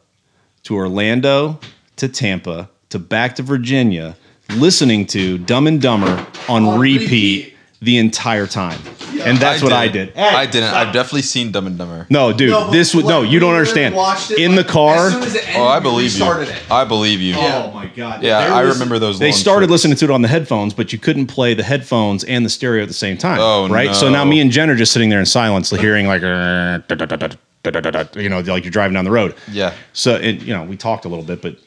A: to Orlando to Tampa to back to Virginia listening to Dumb and Dumber on,
C: On
A: repeat,
C: repeat.
A: the entire time.
C: Yeah.
A: and that's what I did.
B: didn't. I didn't. I've definitely seen Dumb and Dumber.
A: No, dude,
C: No, but
A: this would no.
C: like,
A: You don't
C: we
A: understand.
C: watched it,
A: In
C: like,
A: the car,
C: As soon as it ended,
B: Oh, I believe you.
C: Started it.
B: I believe you. Yeah,
A: Oh my god.
B: I remember those.
A: They
B: long
A: started
B: trips.
A: listening to it on the headphones, but you couldn't play the headphones and the stereo at the same time.
B: Oh,
A: right. So now
B: no.
A: me and Jen are just sitting there in silence, hearing like, "Er, da, da, da, da, da, da, da, da," you know, like you're driving down the road.
B: Yeah.
A: So it, you know, we talked a little bit, but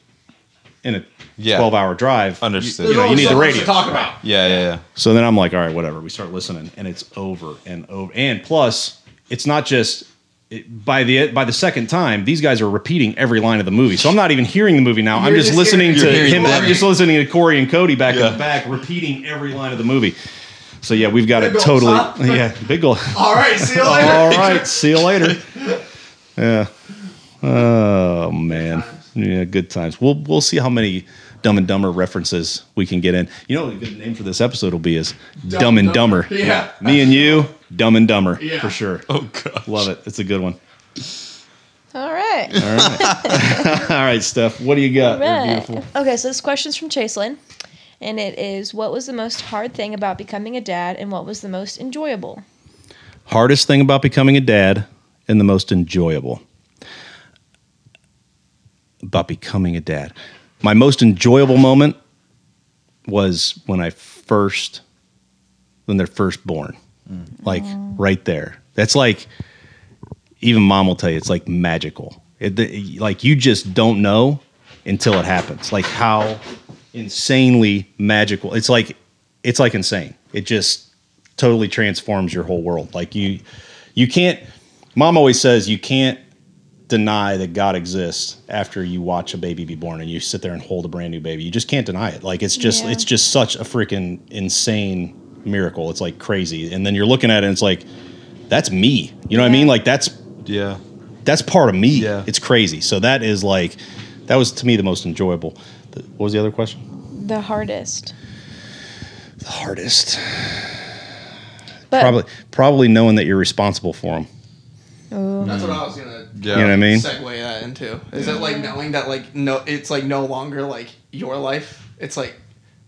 A: in a
B: Yeah.
A: 12 hour drive,
B: Understood.
A: You, you know, you
C: There's
A: need the
C: only
A: radio.
C: so much to talk about.
B: Yeah, yeah, yeah.
A: So then I'm like, all right, whatever. We start listening, and it's over and over. And plus, it's not just it, by the by the second time these guys are repeating every line of the movie. So I'm not even hearing the movie now. I'm
C: You're
A: just,
C: just
A: listening
B: hearing- you're
A: to
B: hearing
A: him.
B: them.
A: I'm just listening to Corey and Cody back
B: Yeah.
A: in the back repeating every line of the movie. So yeah, we've got
C: Big
A: it
C: gulps,
A: totally.
C: huh?
A: Yeah, big goal.
C: All right, see you later.
A: All right, see you later. Yeah. Oh man. Yeah, good times. We'll we'll see how many Dumb and Dumber references we can get in. You know, what a good name for this episode will be is Dumb, and Dumber.
C: Dumber. Yeah.
A: Me and you, Dumb and Dumber
C: Yeah.
A: for sure.
B: Oh god.
A: Love it. It's a good one.
D: All right.
A: All right. All right, Steph. What do you got? You're
D: Right.
A: beautiful.
D: Okay, so this question's from Chaselyn, and it is what was the most hard thing about becoming a dad and what was the most enjoyable?
A: hardest thing about becoming a dad and the most enjoyable about becoming a dad my most enjoyable moment was when i first when they're first born like right there that's like even mom will tell you it's like magical it, the, like you just don't know until it happens like how insanely magical it's like it's like insane it just totally transforms your whole world like you you can't mom always says you can't deny that god exists after you watch a baby be born and you sit there and hold a brand new baby you just can't deny it like it's just
D: Yeah.
A: it's just such a freaking insane miracle it's like crazy and then you're looking at it and it's like that's me you know what i
D: Yeah.
A: mean like that's
B: Yeah.
A: that's part of me.
B: Yeah.
A: It's crazy. So that is like, that was to me the most enjoyable. The- What was the other question?
D: The hardest.
A: The hardest.
D: But
A: Probably, probably knowing that you're responsible for them.
D: Ooh.
C: That's what I was gonna
B: Yeah.
A: You know what I mean?
C: segue that into. Is it like knowing that like no, it's like no longer like your life. It's like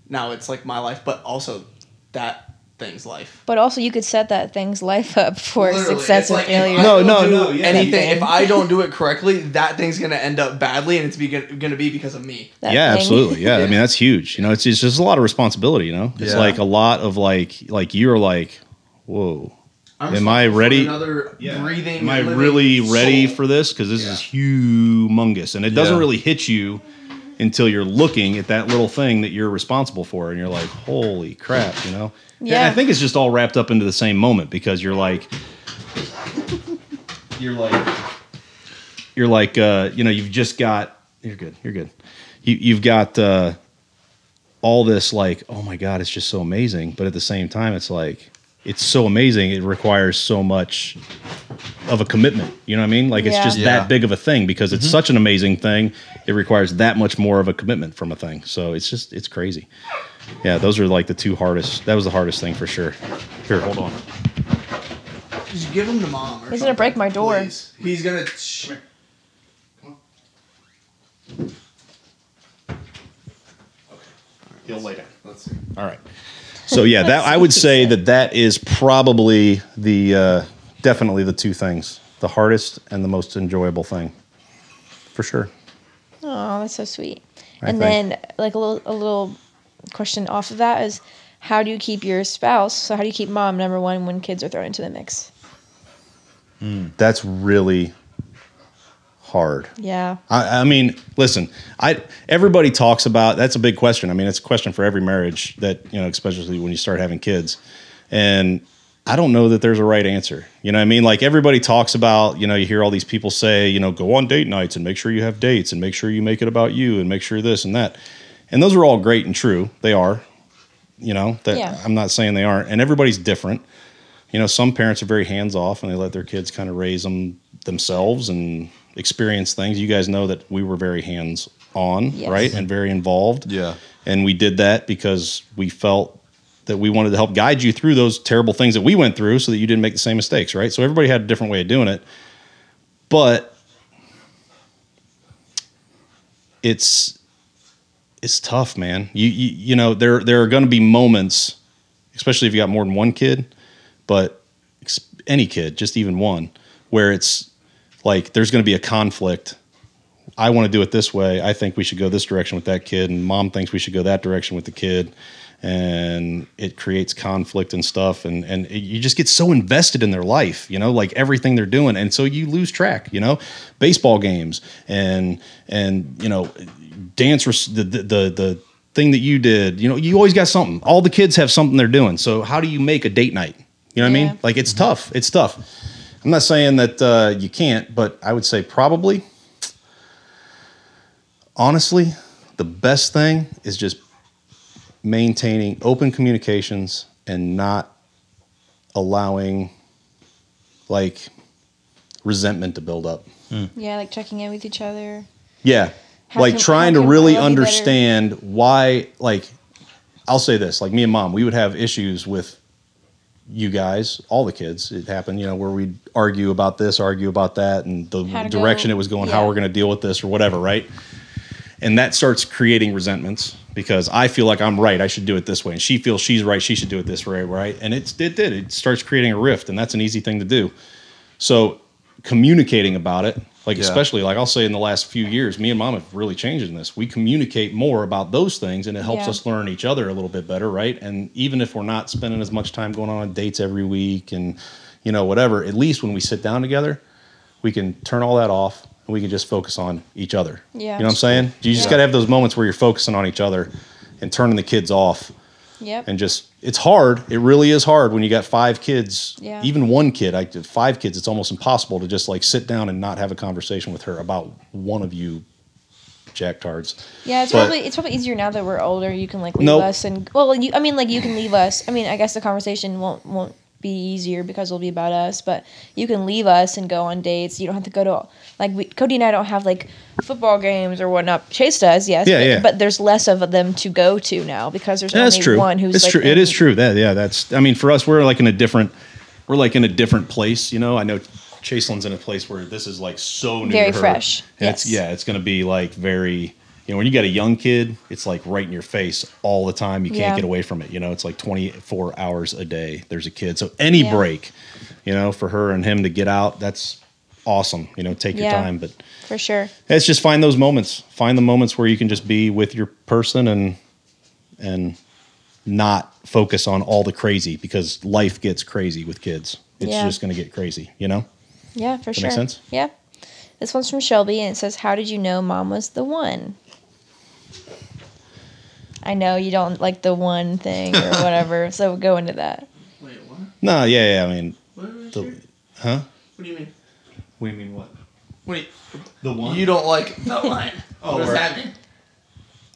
C: now it's like my life, but also that thing's life.
D: But also, you could set that thing's life up for
C: Literally,
D: success
C: it's
D: and
C: like, if
D: failure.
C: I
A: No,
C: don't
A: no,
C: do
A: no, yeah.
C: Anything. If
D: Something.
C: I don't do it correctly, that thing's gonna end up badly, and it's be, gonna be because of me.
D: That
A: yeah,
D: thing.
A: absolutely. Yeah. I mean, that's huge. You know, it's, it's just a lot of responsibility, you know, it's
B: Yeah.
A: like a lot of like, like you're like, whoa,
C: I'm
A: Am I
C: responsible for
A: ready?
C: Another breathing.
A: Am I
C: living
A: really ready
C: soul.
A: for this? Because this is humongous, and it doesn't
B: Yeah.
A: really hit you until you're looking at that little thing that you're responsible for, and you're like, "Holy crap!" You know. And
D: Yeah.
A: I think it's just all wrapped up into the same moment because you're like, you're like, you're like, uh, you know, you've just got. You're good. You're good. You, you've got uh, all this like, oh my god, it's just so amazing. But at the same time, it's like. It's so amazing. It requires so much of a commitment. You know what I mean? Like it's
D: Yeah.
A: just
B: Yeah.
A: that big of a thing because it's such an amazing thing. It requires that much more of a commitment from a thing. So it's just it's crazy. Yeah, those are like the two hardest. That was the hardest thing for sure. Here, hold on.
C: Just give him to mom. Or
D: He's
C: something,
D: gonna break my door.
C: please. He's gonna. Shh.
A: He'll lay down.
C: Let's see.
A: All right. So yeah, that I would say that that is probably the uh, definitely the two things the hardest and the most enjoyable thing for sure
D: Oh, that's so sweet.
A: I
D: and
A: think.
D: then, like a little, a little question off of that is, how do you keep your spouse? So how do you keep mom number one when kids are thrown into the mix?
A: that's really hard
D: Yeah,
A: I, I mean, listen, I everybody talks about that's a big question. I mean, it's a question for every marriage that you know, especially when you start having kids. And I don't know that there's a right answer. You know, what I mean, like everybody talks about. You know, you hear all these people say, you know, go on date nights and make sure you have dates and make sure you make it about you and make sure this and that. And those are all great and true. They are. You know, that
D: Yeah.
A: I'm not saying they aren't. And everybody's different you know, some parents are very hands off and they let their kids kind of raise them themselves and experience things. You guys know that we were very hands on,
D: Yes.
A: right? And very involved.
B: Yeah.
A: And we did that because we felt that we wanted to help guide you through those terrible things that we went through so that you didn't make the same mistakes, right? So everybody had a different way of doing it. But it's it's tough, man. You you, you know, there there are going to be moments, especially if you got more than one kid, but ex- any kid, just even one, where it's like there's going to be a conflict. I want to do it this way. I think we should go this direction with that kid, and mom thinks we should go that direction with the kid, and it creates conflict and stuff. And and it- you just get so invested in their life, you know, like everything they're doing, and so you lose track. You know, baseball games and and you know, dance rec- the the the. the thing that you did you know you always got something all the kids have something they're doing so how do you make a date night you know what i
D: Yeah.
A: mean like it's tough it's tough I'm not saying that uh, you can't, but I would say probably. Honestly, the best thing is just maintaining open communications and not allowing like resentment to build up.
D: yeah, like checking in with each other.
A: Yeah.
D: How
A: like
D: can-
A: trying
D: how
A: to
D: can
A: really
D: I be better?
A: understand why, like, I'll say this like, me and mom, we would have issues with you guys, all the kids. It happened, you know, where we'd argue about this, argue about that, and the
D: How to
A: direction
D: go-
A: it was going, how
D: yeah.
A: we're going to deal with this or whatever, right? And that starts creating resentments because I feel like I'm right, I should do it this way. And she feels she's right, she should do it this way, right? And it's, it did. It starts creating a rift, and that's an easy thing to do. So communicating about it, like
B: Yeah.
A: especially like I'll say in the last few years, me and mom have really changed in this. We communicate more about those things and it helps
D: Yeah.
A: us learn each other a little bit better, right? And even if we're not spending as much time going on dates every week and you know, whatever, at least when we sit down together, we can turn all that off and we can just focus on each other.
D: Yeah.
A: You know what I'm saying? You just
D: Yeah.
A: gotta have those moments where you're focusing on each other and turning the kids off
D: Yep.
A: and just it's hard. It really is hard when you got five kids,
D: Yeah.
A: even one kid. I did five kids. It's almost impossible to just like sit down and not have a conversation with her about one of you jacktards.
D: yeah, it's
A: but-
D: probably it's probably easier now that we're older. You can like leave
A: Nope.
D: us and well, you I mean like you can leave us. I mean, I guess the conversation won't won't be easier because it'll be about us, but you can leave us and go on dates. You don't have to go to like we, Cody and I don't have like football games or whatnot. Chase does, yes.
A: Yeah,
D: but,
A: yeah.
D: but there's less of them to go to now because there's
A: That's
D: only
A: true.
D: one who's
A: it's
D: like
A: true. It
D: in-
A: is true. That yeah, that's. I mean, for us, we're like in a different. We're like in a different place, you know. I know Chaselin's in a place where this is like so new,
D: Very
A: to her.
D: fresh.
A: And
D: Yes.
A: It's, yeah, it's going to be like very. You know, when you got a young kid, it's like right in your face all the time. You can't
D: Yeah.
A: get away from it. You know, it's like 24 hours a day. There's a kid. So any
D: Yeah.
A: break, you know, for her and him to get out, that's awesome. You know, take your
D: Yeah.
A: time. But
D: for sure.
A: it's just find those moments find the moments where you can just be with your person and and not focus on all the crazy because life gets crazy with kids it's
D: Yeah.
A: just going to get crazy you know
D: Yeah, for
A: That
D: sure.
A: make sense?
D: Yeah. This one's from Shelby and it says, How did you know mom was the one? I know you don't like the one thing or whatever, so go into that.
C: Wait, what?
A: no yeah yeah i mean
C: What, was
A: The-
C: your-
A: huh
C: what do you mean?
A: we mean what
C: Wait,
A: the one
C: you don't like the line.
A: Oh,
C: what does
A: right.
C: that mean?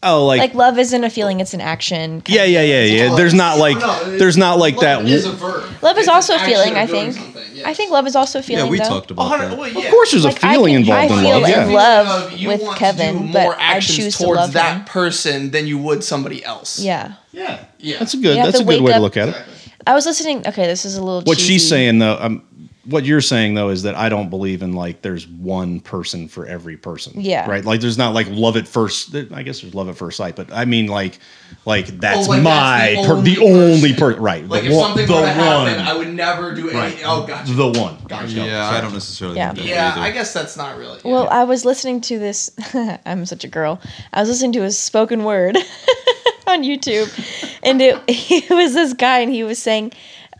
A: oh like,
D: Like, love isn't a feeling, it's an action.
A: yeah yeah yeah yeah there's not like
C: No, it-
A: there's not like that
C: Love is a verb.
D: Love
C: It's
D: is
C: an
D: also a
C: action
D: feeling,
C: of
D: I
C: doing
D: think.
C: something, yes.
D: I think love is also a feeling.
B: Yeah, we
D: though.
B: talked
C: A
B: about
C: hundred-
B: that.
C: well,
A: of
C: yeah.
A: course there's
D: Like,
A: a feeling
D: I can-
A: involved
D: I
A: in
D: feel
A: love
D: in
A: yeah
D: love
C: You
D: with
C: want to
D: Kevin,
C: do
D: but
C: more
D: I
C: actions
D: choose to
C: towards
D: love
C: that
D: him.
C: person than you would somebody else. Oh,
D: Yeah.
A: yeah
C: yeah.
A: that's a good
D: You have
A: that's
D: to
A: a good
D: wake
A: way to
D: up-
A: look at it
C: Exactly.
D: I was listening. Okay, this is a little
A: what she's
D: cheesy.
A: saying though um, what you're saying though is that I don't believe in like there's one person for every person.
D: Yeah.
A: Right. Like there's not like love at first. I guess there's love at first sight, but I mean like like that's
C: Oh, like, that's
A: my
C: the
A: per- the
C: only
A: only
C: person.
A: person. Right.
C: Like
A: the
C: if
A: one-
C: something
A: the
C: were to happen,
A: one.
C: I would never do any.
A: Right.
C: Oh, gotcha.
A: the one.
C: Gotcha.
B: Yeah, I don't necessarily.
D: Yeah.
B: think that
C: yeah,
B: either.
C: I guess that's not really.
D: Well, I was listening to this. I'm such a girl. I was listening to his spoken word on YouTube, and it it was this guy, and he was saying,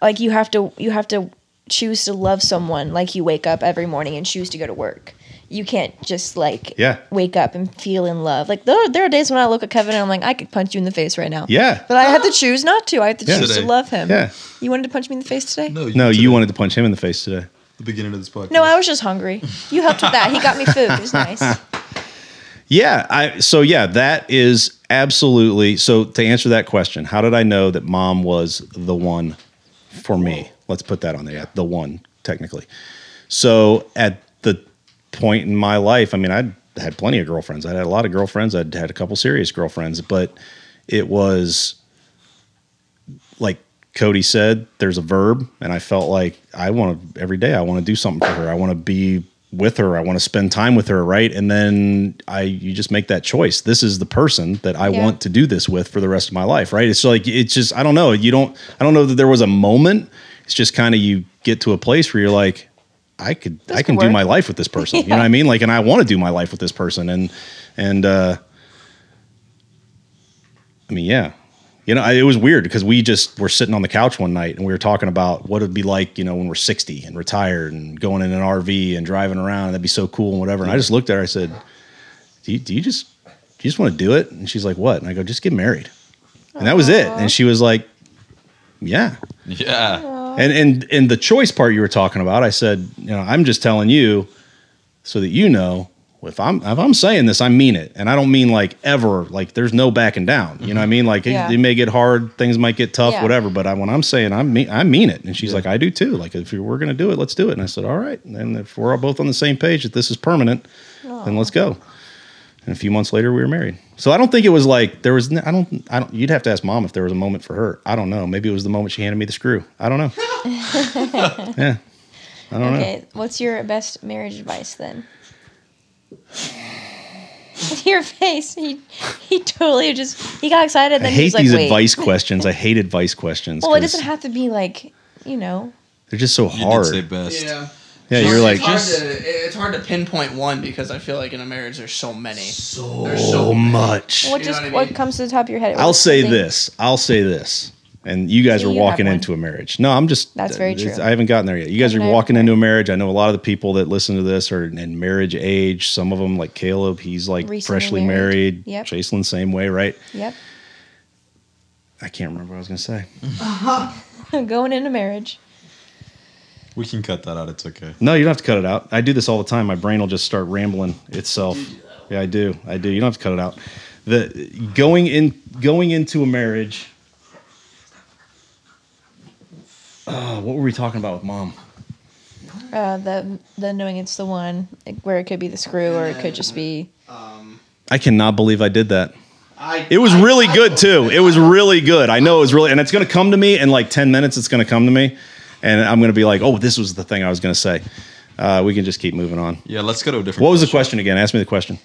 D: like, you have to you have to choose to love someone. Like, you wake up every morning and choose to go to work. You can't just like
A: Yeah.
D: wake up and feel in love. Like there, there are days when I look at Kevin and I'm like, I could punch you in the face right now.
A: Yeah.
D: But I have to choose not to. I have to
A: Yeah.
D: choose to
B: Today.
D: love him.
A: Yeah.
D: You wanted to punch me in the face today?
B: No,
A: No,
B: did
A: you
B: it
A: wanted to punch him in the face today.
B: at the beginning of this podcast.
D: No, I was just hungry. You helped with that. He got me food. It was nice.
A: Yeah, I so yeah, that is absolutely so to answer that question, how did I know that mom was the one for me? Let's put that on there. The one, technically. So at the point in my life, I mean, I had plenty of girlfriends. I had a lot of girlfriends. I'd had a couple serious girlfriends, but it was like Cody said, there's a verb, and I felt like I want to every day. I want to do something for her. I want to be with her. I want to spend time with her, right? And then I, you just make that choice. This is the person that I
D: Yeah.
A: want to do this with for the rest of my life, right? It's like it's just I don't know. You don't. I don't know that there was a moment. It's just kind of you get to a place where you're like, I could, I
D: could
A: can do
D: work.
A: my life with this person. You know
D: Yeah.
A: what I mean? Like, and I want to do my life with this person, and and uh, I mean, yeah. You know, I, it was weird because we just were sitting on the couch one night and we were talking about what it'd be like, you know, when we're 60 and retired and going in an RV and driving around. That'd be so cool and whatever. And I just looked at her. I said, "Do you, do you just do you just want to do it?" And she's like, "What?" And I go, "Just get married." And that was it. And she was like, "Yeah."
B: Yeah.
A: And and and the choice part you were talking about, I said, you know, I'm just telling you so that you know if I'm if I'm saying this, I mean it, and I don't mean like ever. Like there's no backing down. You know what I mean? Like it-
D: Yeah.
A: it, may get hard, things might get tough,
D: Yeah.
A: whatever. But I, when I'm saying I mean I mean it, and she's like, I do too. Like if you- we're gonna do it, let's do it. And I said, all right. And if we're all both on the same page that this is permanent, then let's go. And a few months later, we were married. So I don't think it was like there was. n- I don't. I don't. You'd have to ask mom if there was a moment for her. I don't know. Maybe it was the moment she handed me the screw. I don't know. yeah, I don't know.
D: Okay, what's your best marriage advice then? your face, he he totally just he got excited.
A: I
D: Then
A: hate
D: he's like,
A: these
D: Wait.
A: advice questions. I hate advice questions.
D: Well, it
A: 'cause
D: doesn't have to be like you know.
A: They're just so
B: You
A: hard.
B: did say best.
C: yeah.
A: yeah, you're like
C: it's hard,
A: just
C: to, it- it's hard to pinpoint one because I feel like in a marriage there's so many.
A: so,
C: there's so many.
A: much.
D: What
C: You know
D: just
C: what I
D: what,
C: mean?
D: comes to the top of your head?
A: I'll
D: What's
A: say
D: something-
A: this. I'll say this. And you guys
D: See,
A: are
D: you have
A: walking
D: one.
A: into a marriage. No, I'm just. uh,
D: That's very
A: it's-
D: true.
A: I haven't gotten there yet. You guys
D: Haven't
A: are
D: I?
A: walking into a marriage. I know a lot of the people that listen to this are in marriage age. Some of them, like Caleb, he's like
D: Recently
A: freshly married.
D: married. Yep.
A: Jacelyn, same way, right?
D: Yep,
A: I can't remember what I was going to say.
D: going into marriage.
B: We can cut that out. It's okay.
A: No, you don't have to cut it out. I do this all the time. My brain will just start rambling itself. Yeah, I do. I do. You don't have to cut it out. The going in going into a marriage. Uh, what were we talking about with mom?
D: Uh, the the knowing it's the one like, where it could be the screw or it could just be
A: I cannot believe I did that.
C: I,
A: It was
C: I-
A: really
C: I-
A: good too. It was really good. I know it was really, and it's going to come to me in like ten minutes. It's going to come to me, and I'm going to be like, "Oh, this was the thing I was going to say." Uh, we can just keep moving on.
B: Yeah, let's go to a different.
A: What was the question again? Ask me the question.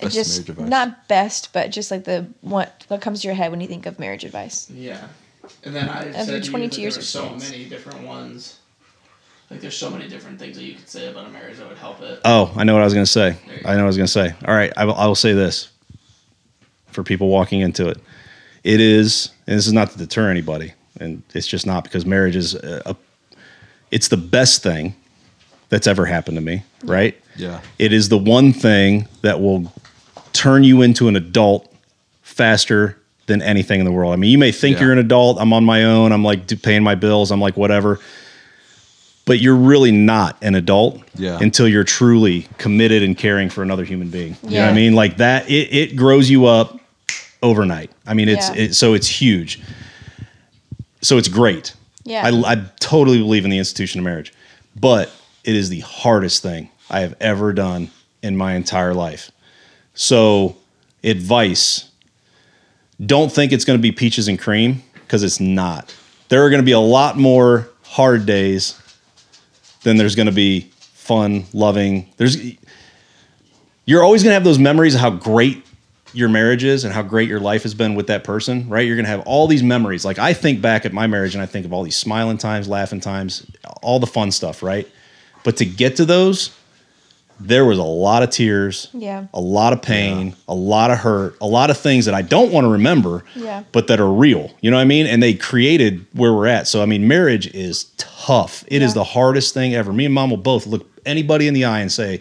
B: Best
D: just
B: marriage advice.
D: not best, but just like the what what comes to your head when you think of marriage advice.
C: Yeah. And then I
D: After
C: said to you
D: 22
C: that there
D: years
C: were
D: of
C: so
D: experience.
C: many different ones. Like there's so many different things that you could say about a marriage that would help it.
A: Oh, I know what I was going to say.
C: There you go.
A: I know what I was going to say. All right, I will, I will say this for people walking into it. It is, and this is not to deter anybody, and it's just not because marriage is a, a it's the best thing that's ever happened to me, right?
B: Yeah.
A: It is the one thing that will turn you into an adult faster than anything in the world. I mean, you may think
B: Yeah.
A: you're an adult. I'm on my own. I'm like do- paying my bills. I'm like whatever. But you're really not an adult
B: Yeah.
A: until you're truly committed and caring for another human being. You know what I
D: Yeah.
A: mean? Like that, it, it grows you up overnight. I mean, it's
D: Yeah.
A: it, so it's huge. So it's great.
D: Yeah.
A: I, I totally believe in the institution of marriage, but it is the hardest thing I have ever done in my entire life. So, advice don't think it's going to be peaches and cream because it's not. There are going to be a lot more hard days then there's going to be fun, loving. There's you're always going to have those memories of how great your marriage is and how great your life has been with that person, right? You're going to have all these memories. Like I think back at my marriage and I think of all these smiling times, laughing times, all the fun stuff, right? But to get to those, there was a lot of tears,
D: Yeah.
A: a lot of pain, a lot of hurt, a lot of things that I don't want to remember,
D: Yeah.
A: but that are real. You know what I mean? And they created where we're at. So I mean, marriage is tough. It is
D: Yeah.
A: the hardest thing ever. Me and mom will both look anybody in the eye and say,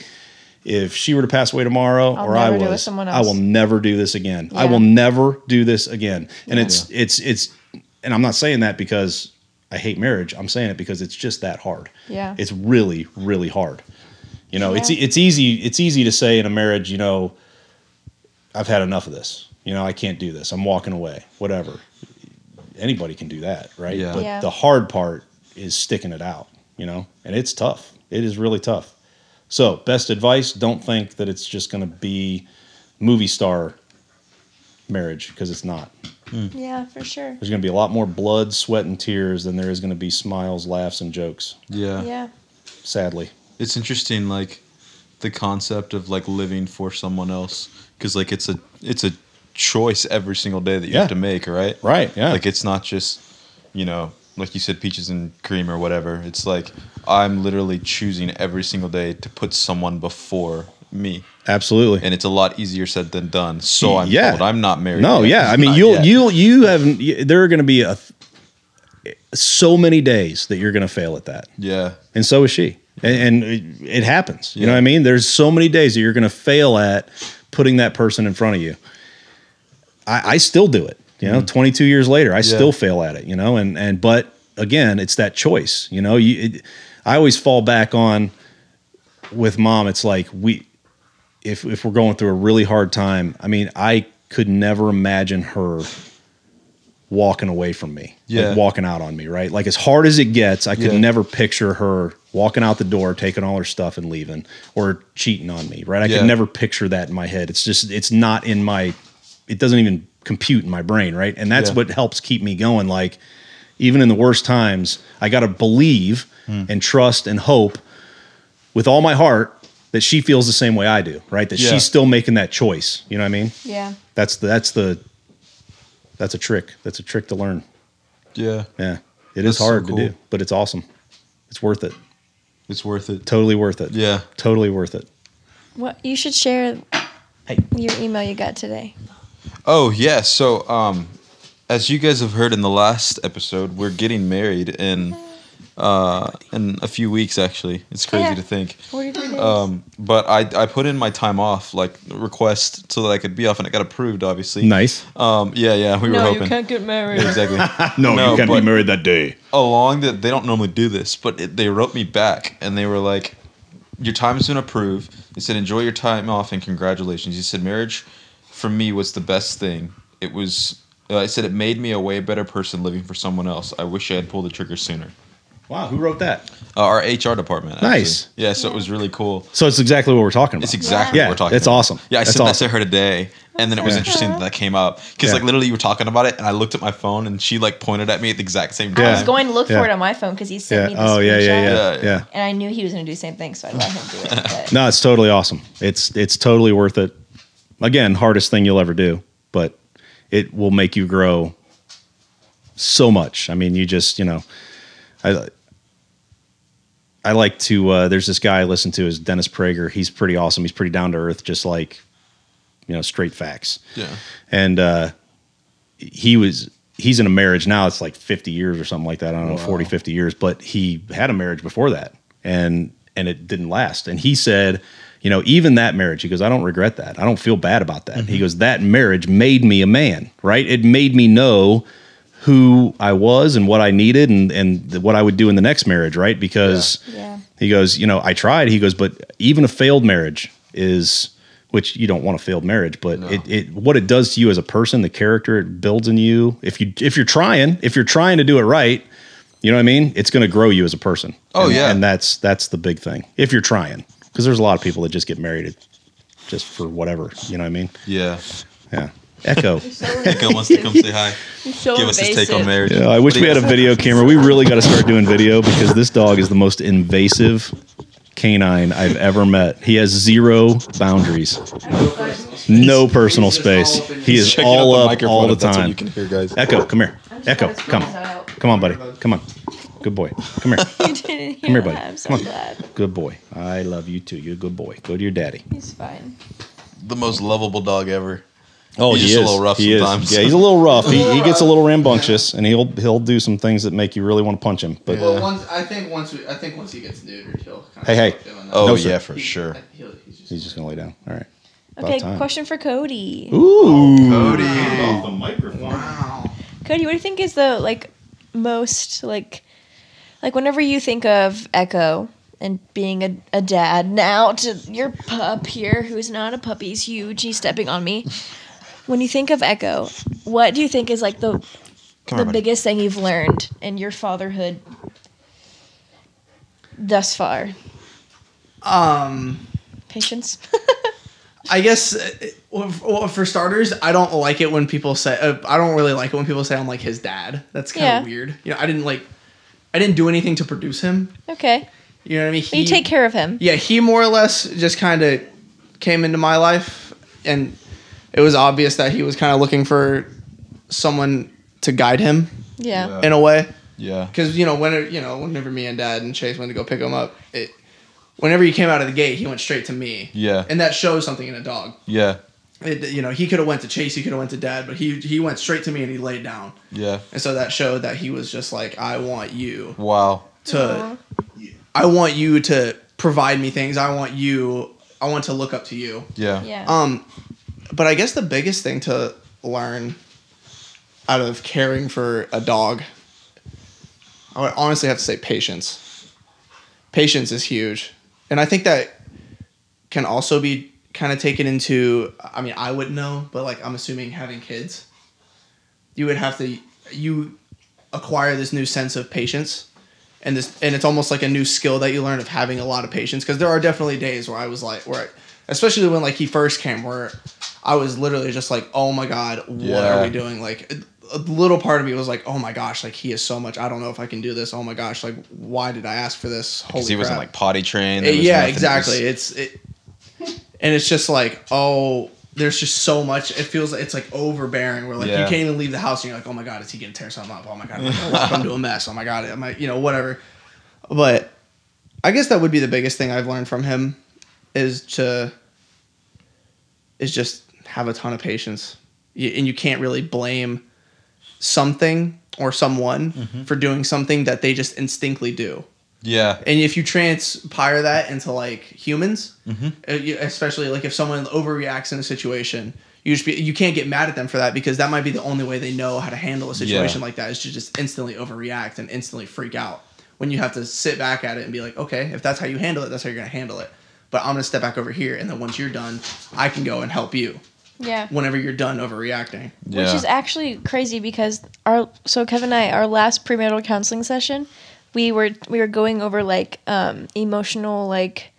A: if she were to pass away tomorrow
D: I'll
A: or I
D: never do it with
A: was,
D: someone
A: I will
D: else.
A: never do this again. I
D: Yeah.
A: will never do this again. And it's it's it's and I'm not saying that because I hate marriage. I'm saying it because it's just that hard.
D: Yeah.
A: It's really really hard. You know, it's
D: Yeah.
A: it's easy it's easy to say in a marriage, you know, I've had enough of this. You know, I can't do this. I'm walking away. Whatever. Anybody can do that, right?
B: Yeah.
A: But
D: Yeah.
A: the hard part is sticking it out, you know? And it's tough. It is really tough. So, best advice, don't think that it's just going to be movie star marriage because it's not. Mm.
D: Yeah, for sure.
A: There's going to be a lot more blood, sweat and tears than there is going to be smiles, laughs and jokes,
B: Yeah.
D: Yeah.
A: sadly.
B: It's interesting, like the concept of like living for someone else, because like it's a it's a choice every single day that you
A: Yeah.
B: have to make, right?
A: Right, yeah.
B: Like it's not just, you know, like you said, peaches and cream or whatever. It's like I'm literally choosing every single day to put someone before me,
A: Absolutely.
B: and it's a lot easier said than done. So I'm
A: Yeah.
B: told I'm not married.
A: No,
B: yet.
A: yeah. I mean,
B: Not
A: you'll
B: yet.
A: you'll you have y- there are going to be a so many days that you're going to fail at that,
B: yeah,
A: and so is she, and, and it, it happens. You know
B: Yeah.
A: what I mean? There's so many days that you're going to fail at putting that person in front of you. I, I still do it. You know, 22 years later, I still fail at it. You know, and and but again, it's that choice. You know, you it, I always fall back on with mom. It's like we if if we're going through a really hard time, I mean, I could never imagine her walking away from me,
B: Yeah.
A: like walking out on me, right? Like as hard as it gets, I could
B: Yeah.
A: never picture her walking out the door, taking all her stuff and leaving, or cheating on me, right? I
B: Yeah.
A: could never picture that in my head. It's just it's not in my, it doesn't even compute in my brain, right? And that's
B: Yeah.
A: what helps keep me going. Like even in the worst times, I got to believe
B: Hmm.
A: and trust and hope with all my heart that she feels the same way I do, right? That
B: Yeah.
A: she's still making that choice. You know what I mean?
D: Yeah.
A: That's the, that's the that's a trick. That's a trick to learn.
B: yeah.
A: Yeah. it is
B: That's so
A: hard
B: cool.
A: to do, but it's awesome. It's worth it.
B: It's worth it.
A: Totally worth it.
B: Yeah.
A: Totally worth it.
D: What you should share
A: Hey.
D: your email you got today.
B: Oh yeah, so um, as you guys have heard in the last episode, we're getting married in uh, in a few weeks. Actually, it's crazy
D: Yeah.
B: to think.
D: 43 days.
B: Um, but I I put in my time off like request so that I could be off, and it got approved. Obviously,
A: Nice.
B: Um, yeah, yeah, we were hoping.
D: get married.
B: Yeah, exactly. No, but-
A: married that day.
B: Along that they don't normally do this, but it, they wrote me back and they were like, "Your time has been approved." They said, "Enjoy your time off and congratulations." You said, "Marriage, for me, was the best thing. It was." Uh, I said, "It made me a way better person living for someone else. I wish I had pulled the trigger sooner."
A: Wow, who wrote that?
B: Uh, our HR department. actually.
A: Nice.
B: Yeah, so it was really cool.
A: So it's exactly what we're talking about.
B: It's exactly
A: Yeah,
B: what we're talking
A: that's
B: about.
A: awesome.
B: Yeah, I
A: That's
B: sent
A: awesome.
B: that to her today, and then it was
A: Yeah.
B: interesting that that came up because
A: Yeah.
B: like literally you were talking about it, and I looked at my phone, and she like pointed at me at the exact same time.
D: I was going to look
A: Yeah.
D: for it on my phone because he
A: Yeah.
D: sent me the
A: Oh yeah, yeah,
D: screenshot,
A: yeah,
B: Yeah.
A: yeah.
D: And I knew he was going to do the same thing, so I let him do it. But
A: No, it's totally awesome. It's it's totally worth it. Again, hardest thing you'll ever do, but it will make you grow so much. I mean, you just you know, I I like to. Uh, there's this guy I listen to is Dennis Prager. He's pretty awesome. He's pretty down to earth, just like you know, straight facts
B: Yeah.
A: and uh, he was he's in a marriage now it's like 50 years or something like that i don't know 40 50 years but he had a marriage before that and and it didn't last and he said you know even that marriage he goes i don't regret that i don't feel bad about that
D: Mm-hmm.
A: he goes that marriage made me a man right it made me know who i was and what i needed and and th- what i would do in the next marriage right because
D: Yeah.
A: he goes, you know, I tried. He goes, but even a failed marriage is, which you don't want a failed marriage, but it, it what it does to you as a person, the character it builds in you. If you if you're trying, if you're trying to do it right, you know what I mean. It's going to grow you as a person.
B: Oh,
A: And-
B: yeah.
A: and that's that's the big thing. If you're trying, because there's a lot of people that just get married just for whatever. You know what I mean?
B: Yeah.
A: Yeah.
E: Echo.
B: Echo wants to come say hi.
D: You're so
B: Give us his take on
D: invasive.
B: marriage.
E: Yeah, I
B: What
E: wish
B: do
E: we
B: you
E: had a
B: guys-
E: video camera. We really got to start doing video because this dog is the most invasive canine I've ever met. He has zero boundaries, no personal space. He is
B: Checking
E: all
B: out
E: up
B: microphone
E: all the
B: if that's what
E: time.
B: You can hear, guys.
E: Echo, come here. Echo, come. Come on, buddy. Come on. Good boy. Come here.
D: You didn't hear
E: Come here, buddy.
D: that. I'm so
E: Come on.
D: glad.
E: Good boy. I love you too. You're a good boy. Go to your daddy.
D: He's fine.
B: The most lovable dog ever.
E: Oh,
B: He's
E: he
B: just a
E: is.
B: little rough
E: he is.
B: sometimes.
E: Yeah, he's a little rough. He, he gets a little rambunctious, and he'll he'll do some things that make you really want to punch him. But
B: Yeah.
C: Well, once I think once we, I think once he gets neutered, he'll. Kind
E: Hey, hey.
C: stop doing that.
B: Oh
E: No, sir.
B: yeah, for
C: He-
B: sure.
C: he'll- he's just-
E: he's just gonna lay down. All right. About
D: Okay,
E: time.
D: question for Cody.
B: Oh,
E: Ooh.
A: Get off the microphone.
C: Wow.
D: Cody, what do you think is the like most like like whenever you think of Echo and being a, a dad now to your pup here who's not a puppy, he's huge, he's stepping on me. When you think of Echo, what do you think is like the
B: Come
D: the
B: on, buddy.
D: biggest thing you've learned in your fatherhood thus far?
C: Um.
D: Patience.
C: I guess uh, well, f- well, for starters, I don't like it when people say uh, I don't really like it when people say I'm like his dad. That's kind of
D: Yeah.
C: weird. You know, I didn't like I didn't do anything to produce him.
D: okay.
C: You know what I mean?
D: But you
C: He-
D: take care of him.
C: Yeah, he more or less just kind of came into my life, and it was obvious that he was kind of looking for someone to guide him
D: Yeah.
B: Yeah.
C: in a way
B: Yeah.
C: because you know when you know whenever me and Dad and Chase went to go pick him up, it whenever he came out of the gate, he went straight to me.
B: Yeah.
C: and that shows something in a dog.
B: Yeah.
C: It, you know he could have went to Chase, he could have went to Dad, but he he went straight to me and he laid down,
B: Yeah.
C: and so that showed that he was just like, I want you
B: Wow.
C: to, I want you to provide me things. I want you, I want to look up to you.
B: Yeah.
D: Yeah.
C: Um, but I guess the biggest thing to learn out of caring for a dog, I would honestly have to say patience. Patience is huge, and I think that can also be kind of taken into. I mean, I wouldn't know, but like I'm assuming having kids, you would have to you acquire this new sense of patience. And this, and it's almost like a new skill that you learn of having a lot of patience. Because there are definitely days where I was like, where, I, especially when like he first came, where I was literally just like, oh my god, what
B: Yeah.
C: are we doing? Like, a little part of me was like, oh my gosh, like he is so much. I don't know if I can do this. Oh my gosh, like why did I ask for this? Holy
B: Because he wasn't
C: crap.
B: like potty trained.
C: Uh,
B: there was
C: yeah,
B: nothing. It was-
C: exactly. It's it, and it's just like oh, there's just so much. It feels like it's like overbearing. Where like you
B: Yeah.
C: can't even leave the house, and you're like, oh my god, is he gonna tear something up? Oh my god, am I gonna walk into a mess? Oh my god, am I you know whatever. But I guess that would be the biggest thing I've learned from him is to is just have a ton of patience, you, and you can't really blame something or someone
B: Mm-hmm.
C: for doing something that they just instinctively do.
B: yeah.
C: And if you transpire that into like humans, uh, you- especially like if someone overreacts in a situation, you should be, you can't get mad at them for that because that might be the only way they know how to handle a situation like that is to just instantly overreact and instantly freak out. When you have to sit back at it and be like, okay, if that's how you handle it, that's how you're gonna handle it. But I'm gonna step back over here, and then once you're done, I can go and help you.
B: um,
D: yeah.
C: Whenever you're done overreacting,
B: Yeah.
D: which is actually crazy because our so Kevin and I our last premarital counseling session, we were we were going over like um, emotional like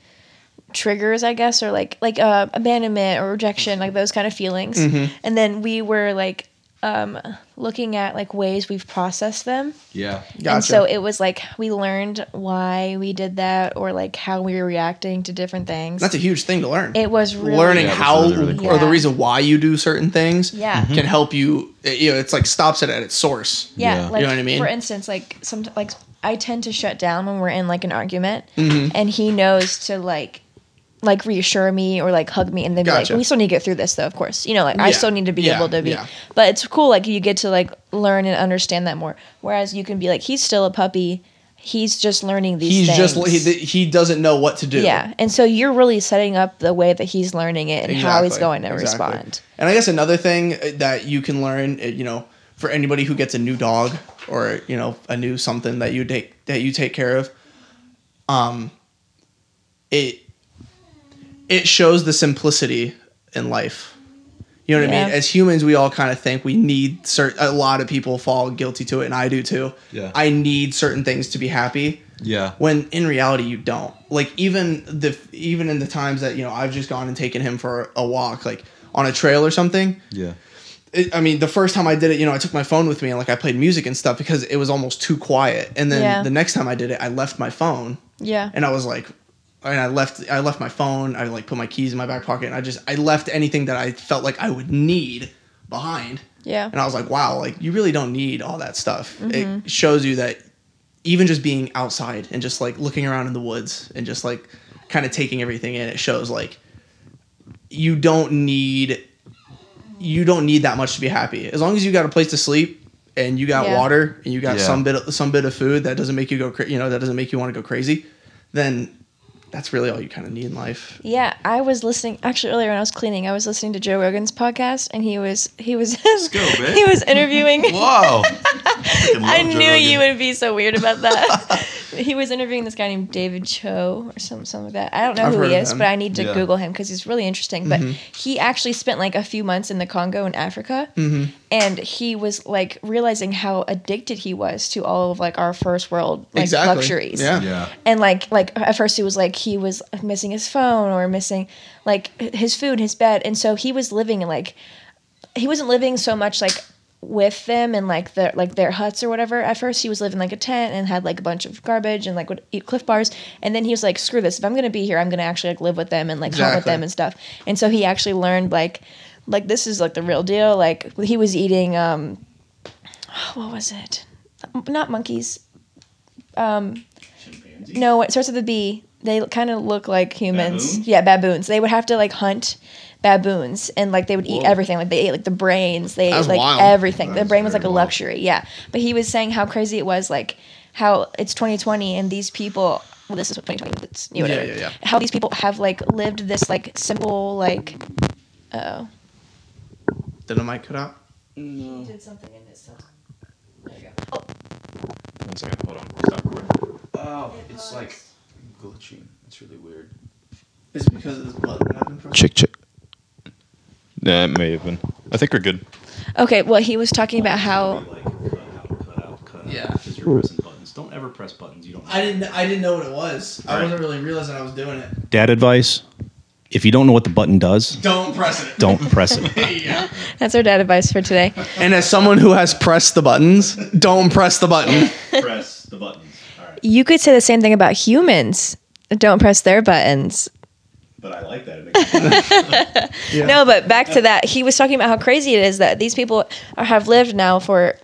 D: triggers I guess or like like uh, abandonment or rejection like those kind of feelings,
C: Mm-hmm.
D: and then we were like um, looking at like ways we've processed them,
B: yeah.
C: gotcha.
D: and so it was like we learned why we did that or like how we were reacting to different things.
C: that's a huge thing to learn.
D: it was really
C: learning
B: Yeah, that's
C: how
B: really, really
D: cool.
C: or the
D: Yeah.
C: reason why you do certain things
D: Yeah. Mhm.
C: can help you it- you know it's like stops it at its source
D: Yeah,
B: Yeah.
D: like
C: You know what I mean?
D: for instance, like some like I tend to shut down when we're in like an argument,
C: Mm-hmm.
D: and he knows to like like reassure me or like hug me, and then be
C: Gotcha.
D: like, "We still need to get through this, though." Of course, you know, like I
C: Yeah.
D: still need to be
C: Yeah.
D: able to be.
C: Yeah.
D: But it's cool, like you get to like learn and understand that more. Whereas you can be like, he's still a puppy. He's just learning these.
C: he's
D: things.
C: just he, he doesn't know what to do
D: yeah, and so you're really setting up the way that he's learning it and how he's
C: Exactly.
D: going to
C: Exactly.
D: respond.
C: And I guess another thing uh, that you can learn, uh, you know, for anybody who gets a new dog or you know a new something that you take that you take care of, um, it it shows the simplicity in life. You know what I mean?
D: Yeah.
C: As humans, we all kind of think we need certain. A lot of people fall guilty to it, and I do too.
B: Yeah.
C: I need certain things to be happy
B: Yeah.
C: when in reality you don't like even the even in the times that you know i've just gone and taken him for a walk like on a trail or something
B: Yeah.
C: it, I mean, the first time I did it, you know, I took my phone with me and like I played music and stuff because it was almost too quiet. And then
D: Yeah.
C: the next time I did it, I left my phone
D: Yeah.
C: and I was like, and I left, I left my phone. I like put my keys in my back pocket and I just, I left anything that I felt like I would need behind.
D: Yeah.
C: And I was like, wow, like you really don't need all that stuff. It shows you that even just being outside and just like looking around in the woods and just like kind of taking everything in, it shows like you don't need you don't need that much to be happy. As long as you got a place to sleep and you got
D: Yeah.
C: water and you got
B: Yeah.
C: some bit of, some bit of food that doesn't make you go cra- you know that doesn't make you want to go crazy, then that's really all you kind of need in life.
D: Yeah, I was listening actually earlier when I was cleaning. I was listening to Joe Rogan's podcast, and he was he was
B: go, bitch.
D: he was interviewing.
B: Wow.
D: I knew you would be so weird about that. he was interviewing this guy named David Cho or something, something like that. I don't know
C: I've
D: who
C: heard
D: he
C: of
D: is,
C: him. Mm-hmm.
D: but I need to
B: Yeah.
D: Google him because he's really interesting. But he actually spent like a few months in the Congo in Africa,
C: Mm-hmm.
D: and he was like realizing how addicted he was to all of like our first world like
C: Exactly.
D: luxuries
C: Yeah.
B: Yeah.
D: and like like at first he was like he was missing his phone or missing like h- his food his bed and so he was living in like he wasn't living so much like with them in like their like their huts or whatever at first he was living like a tent and had like a bunch of garbage and like would eat cliff bars and then he was like screw this if i'm gonna be here i'm gonna actually like live with them and like hunt with
C: Exactly.
D: them and stuff and so he actually learned like like this is like the real deal like he was eating um what was it not monkeys um,
A: Chimpanzee.
D: no, it starts with a B. They kind of look like humans.
A: Baboons?
D: Yeah, baboons. They would have to like hunt baboons and like they would eat
B: Whoa.
D: everything. Like they ate like the brains. They
C: That's
D: ate like
C: wild.
D: everything.
B: That
D: Their
B: is
D: brain was
B: very
D: like a
B: wild.
D: luxury. Yeah. But he was saying how crazy it was like how it's 2020 and these people well this is 2020 it's you know,
C: Yeah,
D: whatever.
C: yeah, yeah.
D: How these people have like lived this like simple like oh
C: Did the mic cut out?
D: did something in this
B: One second. Hold on. Stop recording.
C: Oh,
B: It's like glitching. It's really weird.
C: it's because of this button.
B: Chick chick. That may have been. I think we're good.
D: Okay, well he was talking about how
A: Like, cut out, cut out, cut out,
C: Yeah.
A: Because you're pressing buttons. Don't ever press buttons. You don't.
C: I didn't. I didn't know what it was. I
A: Right.
C: wasn't really realizing I was doing it.
E: Dad advice if you don't know what the button does,
C: Don't press it.
E: don't press it.
C: yeah.
D: that's our dad advice for today.
C: And as someone who has pressed the buttons, don't press the button.
A: press the buttons. All right.
D: You could say the same thing about humans. Don't press their buttons.
A: But I like that. It makes me laugh.
D: No, but back to that. He was talking about how crazy it is that these people are, have lived now for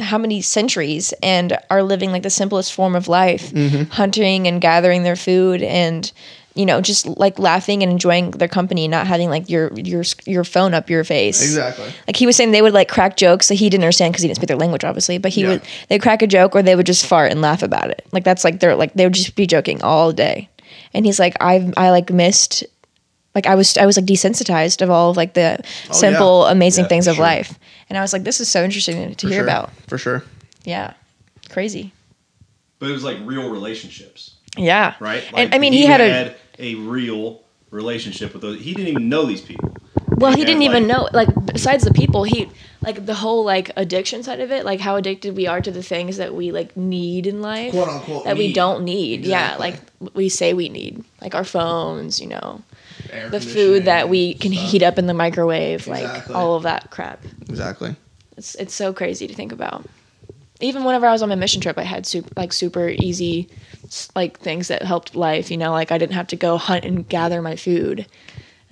D: how many centuries and are living like the simplest form of life, hunting and gathering their food and you know just like laughing and enjoying their company, not having like your your your phone up your face.
C: Exactly.
D: Like he was saying, they would like crack jokes that he didn't understand because he didn't speak their language, obviously. But he
C: Yeah.
D: would they crack a joke or they would just fart and laugh about it. Like that's like they're like they would just be joking all day. And he's like, I I like missed, like I was I was like desensitized of all of like the simple amazing
B: Yeah,
D: things of
B: sure.
D: life. And I was like, this is so interesting to
C: For
D: hear
C: sure.
D: about.
C: For sure.
D: Yeah, crazy.
A: but it was like real relationships.
D: Yeah.
A: right?
D: and
A: Like,
D: I mean, he, had, a
A: a real relationship with those. He didn't even know these people.
D: well, he
A: had,
D: didn't even
A: like-
D: know like besides the people he like the whole like addiction side of it, like how addicted we are to the things that we like need in life.
C: Quote unquote.
D: that we
C: need
D: don't need. Yeah,
C: Exactly.
D: like we say we need, like our phones, you know,
C: air
D: the
C: conditioning.
D: food that we can
C: stuff.
D: heat up in the microwave, like
C: Exactly.
D: all of that crap.
C: Exactly.
D: It's it's so crazy to think about. Even whenever I was on my mission trip, I had super like super easy s- like things that helped life, you know, like I didn't have to go hunt and gather my food.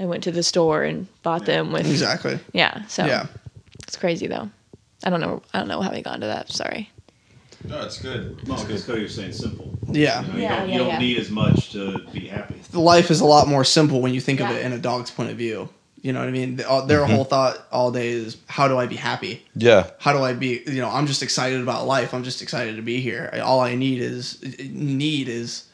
D: I went to the store and bought them with
C: Exactly.
D: Yeah, so
C: Yeah.
D: it's crazy though. I don't know I don't know how we got into that. Sorry.
B: No, it's good.
A: No, because Cody was saying simple. You, know,
C: Yeah.
A: you
D: Yeah,
A: don't,
D: yeah,
A: you don't
D: yeah.
A: need as much to be happy.
C: Life is a lot more simple when you think of
D: Yeah. Mm-hmm.
C: it in a dog's point of view. You know what I mean? The- all- Their whole thought all day is, how do I be happy?
B: Yeah.
C: how do I be? You know, I'm just excited about life. I'm just excited to be here. I- All I need is need is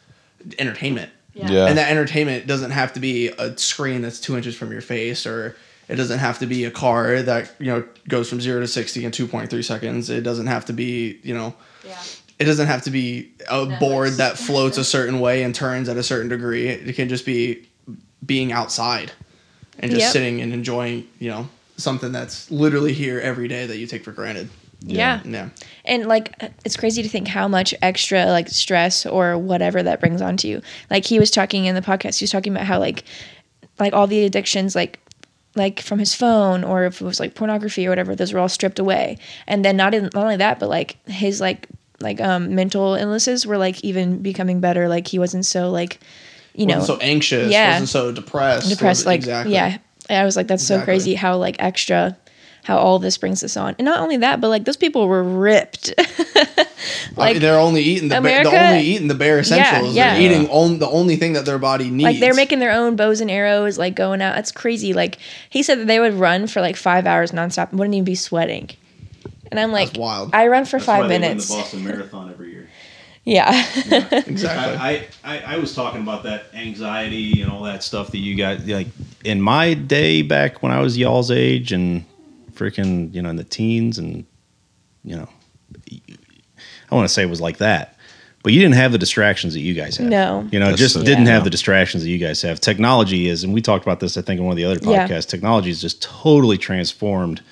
C: entertainment,
B: Yeah.
C: and that entertainment doesn't have to be a screen that's two inches from your face, or it doesn't have to be a car that you know goes from zero to sixty in two point three seconds. It doesn't have to be you know.
D: Yeah.
C: It doesn't have to be a board
D: Netflix.
C: that floats a certain way and turns at a certain degree. It can just be being outside and just
D: Yep.
C: sitting and enjoying, you know, something that's literally here every day that you take for granted.
D: Yeah.
C: Yeah.
D: and like it's crazy to think how much extra like stress or whatever that brings onto you like he was talking in the podcast he was talking about how like like all the addictions like like from his phone or if it was like pornography or whatever those were all stripped away and then not, in, not only that but like his like like um mental illnesses were like even becoming better like he wasn't so like you know
C: wasn't so anxious,
D: yeah.
C: wasn't so depressed,
D: depressed
C: wasn't-
D: like
C: exactly.
D: yeah i was like that's so
C: Exactly.
D: crazy how like extra how all this brings us on and not only that but like those people were ripped
C: I
D: like
C: mean, they're only eating the bare,
D: America-
C: they're only eating the bare essentials.
D: yeah.
C: They're eating on, the only thing that their body needs.
D: like they're making their own bows and arrows like going out that's crazy like he said that they would run for like five hours nonstop and wouldn't even be sweating and i'm like
C: That's wild.
D: i run for
A: That's
D: five
A: why
D: minutes
A: They win the Boston Marathon every year.
D: yeah
C: exactly.
A: I, I, I was talking about that anxiety and all that stuff that you got like in my day back when I was y'all's age and freaking you know in the teens and you know I want to say it was like that. But you didn't have the distractions that you guys have.
D: No.
A: You know,
B: That's
A: just
B: so
A: didn't
B: true.
A: have the distractions that you guys have. Technology is, and we talked about this, I think, in one of the other
D: Yeah.
A: podcasts. Technology has just totally transformed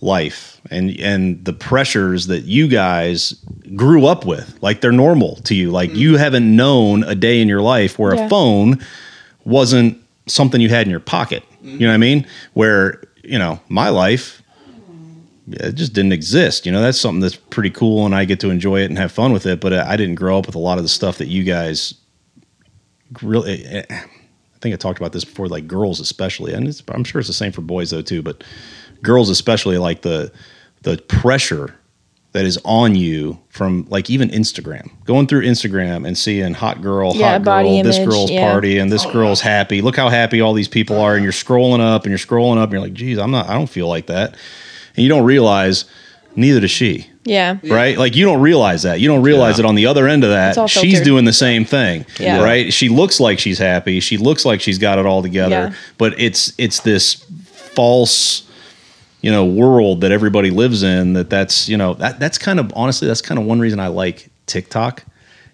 A: life and and the pressures that you guys grew up with like they're normal to you like you haven't known a day in your life where
D: Yeah.
A: a phone wasn't something you had in your pocket you know what i mean where you know my life it just didn't exist you know that's something that's pretty cool and i get to enjoy it and have fun with it but i didn't grow up with a lot of the stuff that you guys really i think i talked about this before like girls especially and it's, i'm sure it's the same for boys though too but girls especially like the the pressure that is on you from like even Instagram. Going through Instagram and seeing hot girl,
D: Yeah,
A: hot girl,
D: body
A: this
D: image,
A: girl's
D: yeah.
A: party and this girl's happy. Look how happy all these people are and you're scrolling up and you're scrolling up and you're like, "Geez, I'm not I don't feel like that." And you don't realize neither does she
D: yeah
A: right? Like you don't realize that. You don't realize that on the other end of
D: It's all
A: that, she's
D: filtered.
A: doing the same thing,
D: Yeah.
A: right? She looks like she's happy. She looks like she's got it all together,
D: Yeah.
A: but it's it's this false, you know, world that everybody lives in. That that's you know that that's kind of honestly that's kind of one reason I like TikTok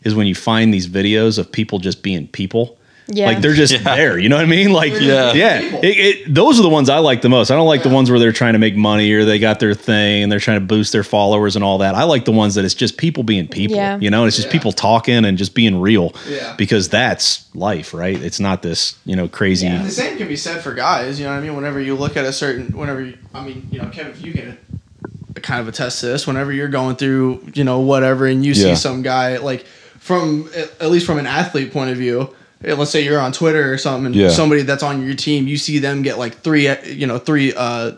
A: is when you find these videos of people just being people.
D: Yeah.
A: Like they're just there, you know what I mean? Like,
B: Yeah.
A: yeah.
C: People.
A: It, it, those are the ones I like the most. I don't like the ones where they're trying to make money or they got their thing and they're trying to boost their followers and all that. I like the ones that it's just people being people,
D: Yeah.
A: you know, it's just
C: Yeah.
A: people talking and just being real
C: Yeah.
A: because that's life, right? It's not this, you know, crazy.
D: Yeah.
C: the same can be said for guys. You know what I mean? Whenever you look at a certain, whenever you, I mean, you know, Kevin, if you can kind of attest to this, whenever you're going through, you know, whatever, and you see
B: Yeah.
C: some guy like from at at least from an athlete point of view. eh, Let's say you're on Twitter or something, and
B: Yeah.
C: somebody that's on your team, you see them get like three, eh, you know, three uh,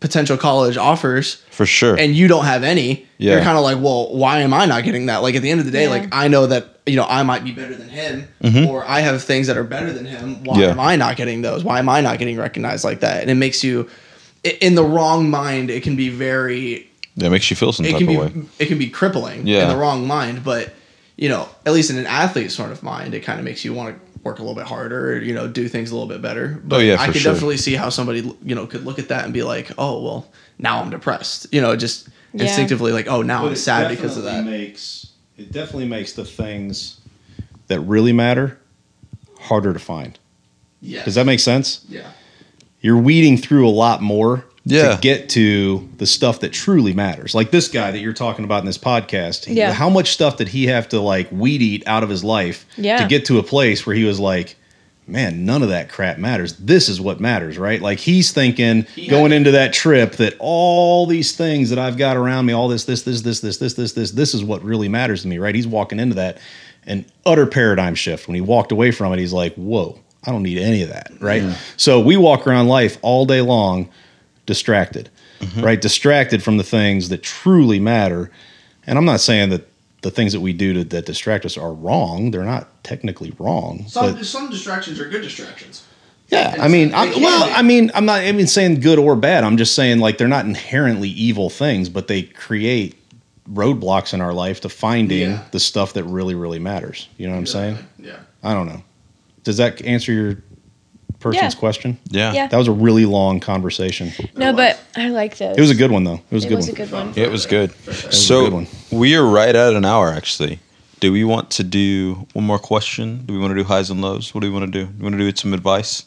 C: potential college offers,
B: for sure.
C: and you don't have any. You're
B: Yeah.
C: kind of like, well, why am I not getting that? Like at the end of the day,
D: Yeah.
C: like I know that you know I might be better than him, or I have things that are better than him. Why
B: Mm-hmm. Yeah.
C: am I not getting those? Why am I not getting recognized like that? And it makes you, i- in the wrong mind, it can be very
B: that makes you feel some
C: it
B: type
C: can
B: of
C: be
B: way.
C: it can be crippling in
B: Yeah.
C: the wrong mind but you know at least in an athlete sort of mind it kind of makes you want to work a little bit harder you know do things a little bit better but
B: Oh, yeah,
C: i
B: for
C: could
B: sure.
C: definitely see how somebody you know could look at that and be like oh well now i'm depressed you know just
D: Yeah.
C: instinctively like oh now
A: But
C: i'm
A: it
C: sad because of that
A: definitely Makes, it definitely makes the things that really matter harder to find.
C: yeah
A: Does that make sense?
C: yeah
A: you're weeding through a lot more
B: Yeah.
A: to get to the stuff that truly matters. Like this guy that you're talking about in this podcast, he-
D: Yeah.
A: how much stuff did he have to like weed eat out of his life
D: Yeah.
A: to get to a place where he was like, man, none of that crap matters. This is what matters, right? Like he's thinking going into that trip that all these things that I've got around me, all this, this, this, this, this, this, this, this, this is what really matters to me, right? He's walking into that an utter paradigm shift. When he walked away from it, he's like, whoa, I don't need any of that, right? So we walk around life all day long distracted, right? Distracted from the things that truly matter. And I'm not saying that the things that we do to, that distract us are wrong. They're not technically wrong.
C: some,
A: but-
C: some distractions are good distractions
A: yeah, I mean, I,
C: They can
A: well,
C: be.
A: I mean, I'm not even saying good or bad. I'm just saying like they're not inherently evil things, but they create roadblocks in our life to finding
C: Yeah.
A: the stuff that really, really matters. You know what I'm saying?
C: yeah
A: I don't know. Does that answer your person's
D: Yeah.
A: question?
B: yeah.
D: Yeah.
A: That was a really long conversation.
D: no
C: was.
D: but i like those
A: It was a good one though. It was a
D: it
A: good
D: was
A: one.
D: a good one
B: It was good.
A: was a
B: so
A: good one.
B: we are right at an hour actually. Do we want to do one more question? Do we want to do highs and lows? What do we want to do? Do we want to do some advice?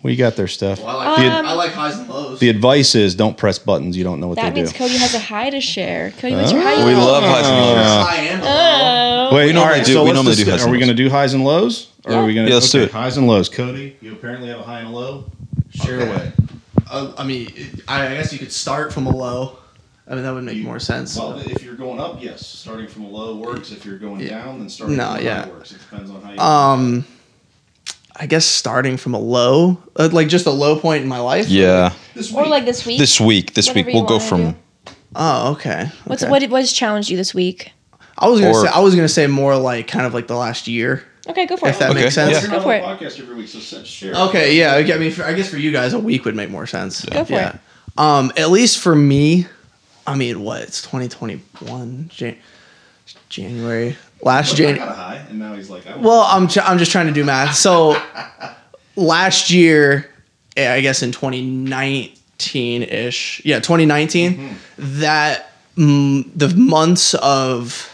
A: what you got there, Steph?
C: well, I, like,
D: Um,
C: I like highs and lows
A: the advice is don't press buttons. You don't know what
D: that
A: they
D: means
A: do. Oh.
D: cody has a high to share cody what's your high to
B: We
D: share?
B: love highs and lows.
A: Uh,
C: high and low.
D: oh
A: Wait,
B: We normally do- we
A: let's
B: normally do
A: discuss-
B: highs
A: Are
B: and
A: we
B: lows.
A: going to do highs and lows? Or are we going to
B: Yeah, let's do it.
A: Highs and lows. Cody, you apparently have a high and a low. Share
C: Okay.
A: away.
C: uh, I mean, it- I I guess you could start from a low. I mean, that would make more sense.
A: Well, if you're going up, yes, starting from a low works. If you're going down, then starting
C: No,
A: from a
C: yeah.
A: high works. It depends on how you.
C: Um, I guess starting from a low, uh, like just a low point in my life.
B: Yeah.
A: this
D: Or
A: week,
D: like this week.
B: This week, this
D: Whatever
B: week
D: you
B: we'll go
D: wanna
B: from
D: do.
C: Oh, okay.
D: What's
C: okay.
D: what what has challenged you this week?
C: I was gonna
B: or-
C: say. I was gonna say more like kind of like the last year.
D: Okay, go for
C: If
D: it.
C: that
B: Okay,
C: makes
B: yeah.
C: sense.
A: you're
D: Go
A: not on
D: for it.
A: a podcast every week, so s- share.
C: Okay, yeah. I mean, for, I guess for you guys, a week would make more sense.
D: Go for it.
C: Um, at least for me, I mean, what? It's 2021, Jan- January, last
A: I
C: January.
A: got a high, and now he's like, I want-
C: Well, I'm j- I'm just trying to do math. So last year, eh, I guess in 2019 ish, yeah, 2019, that mm, the months of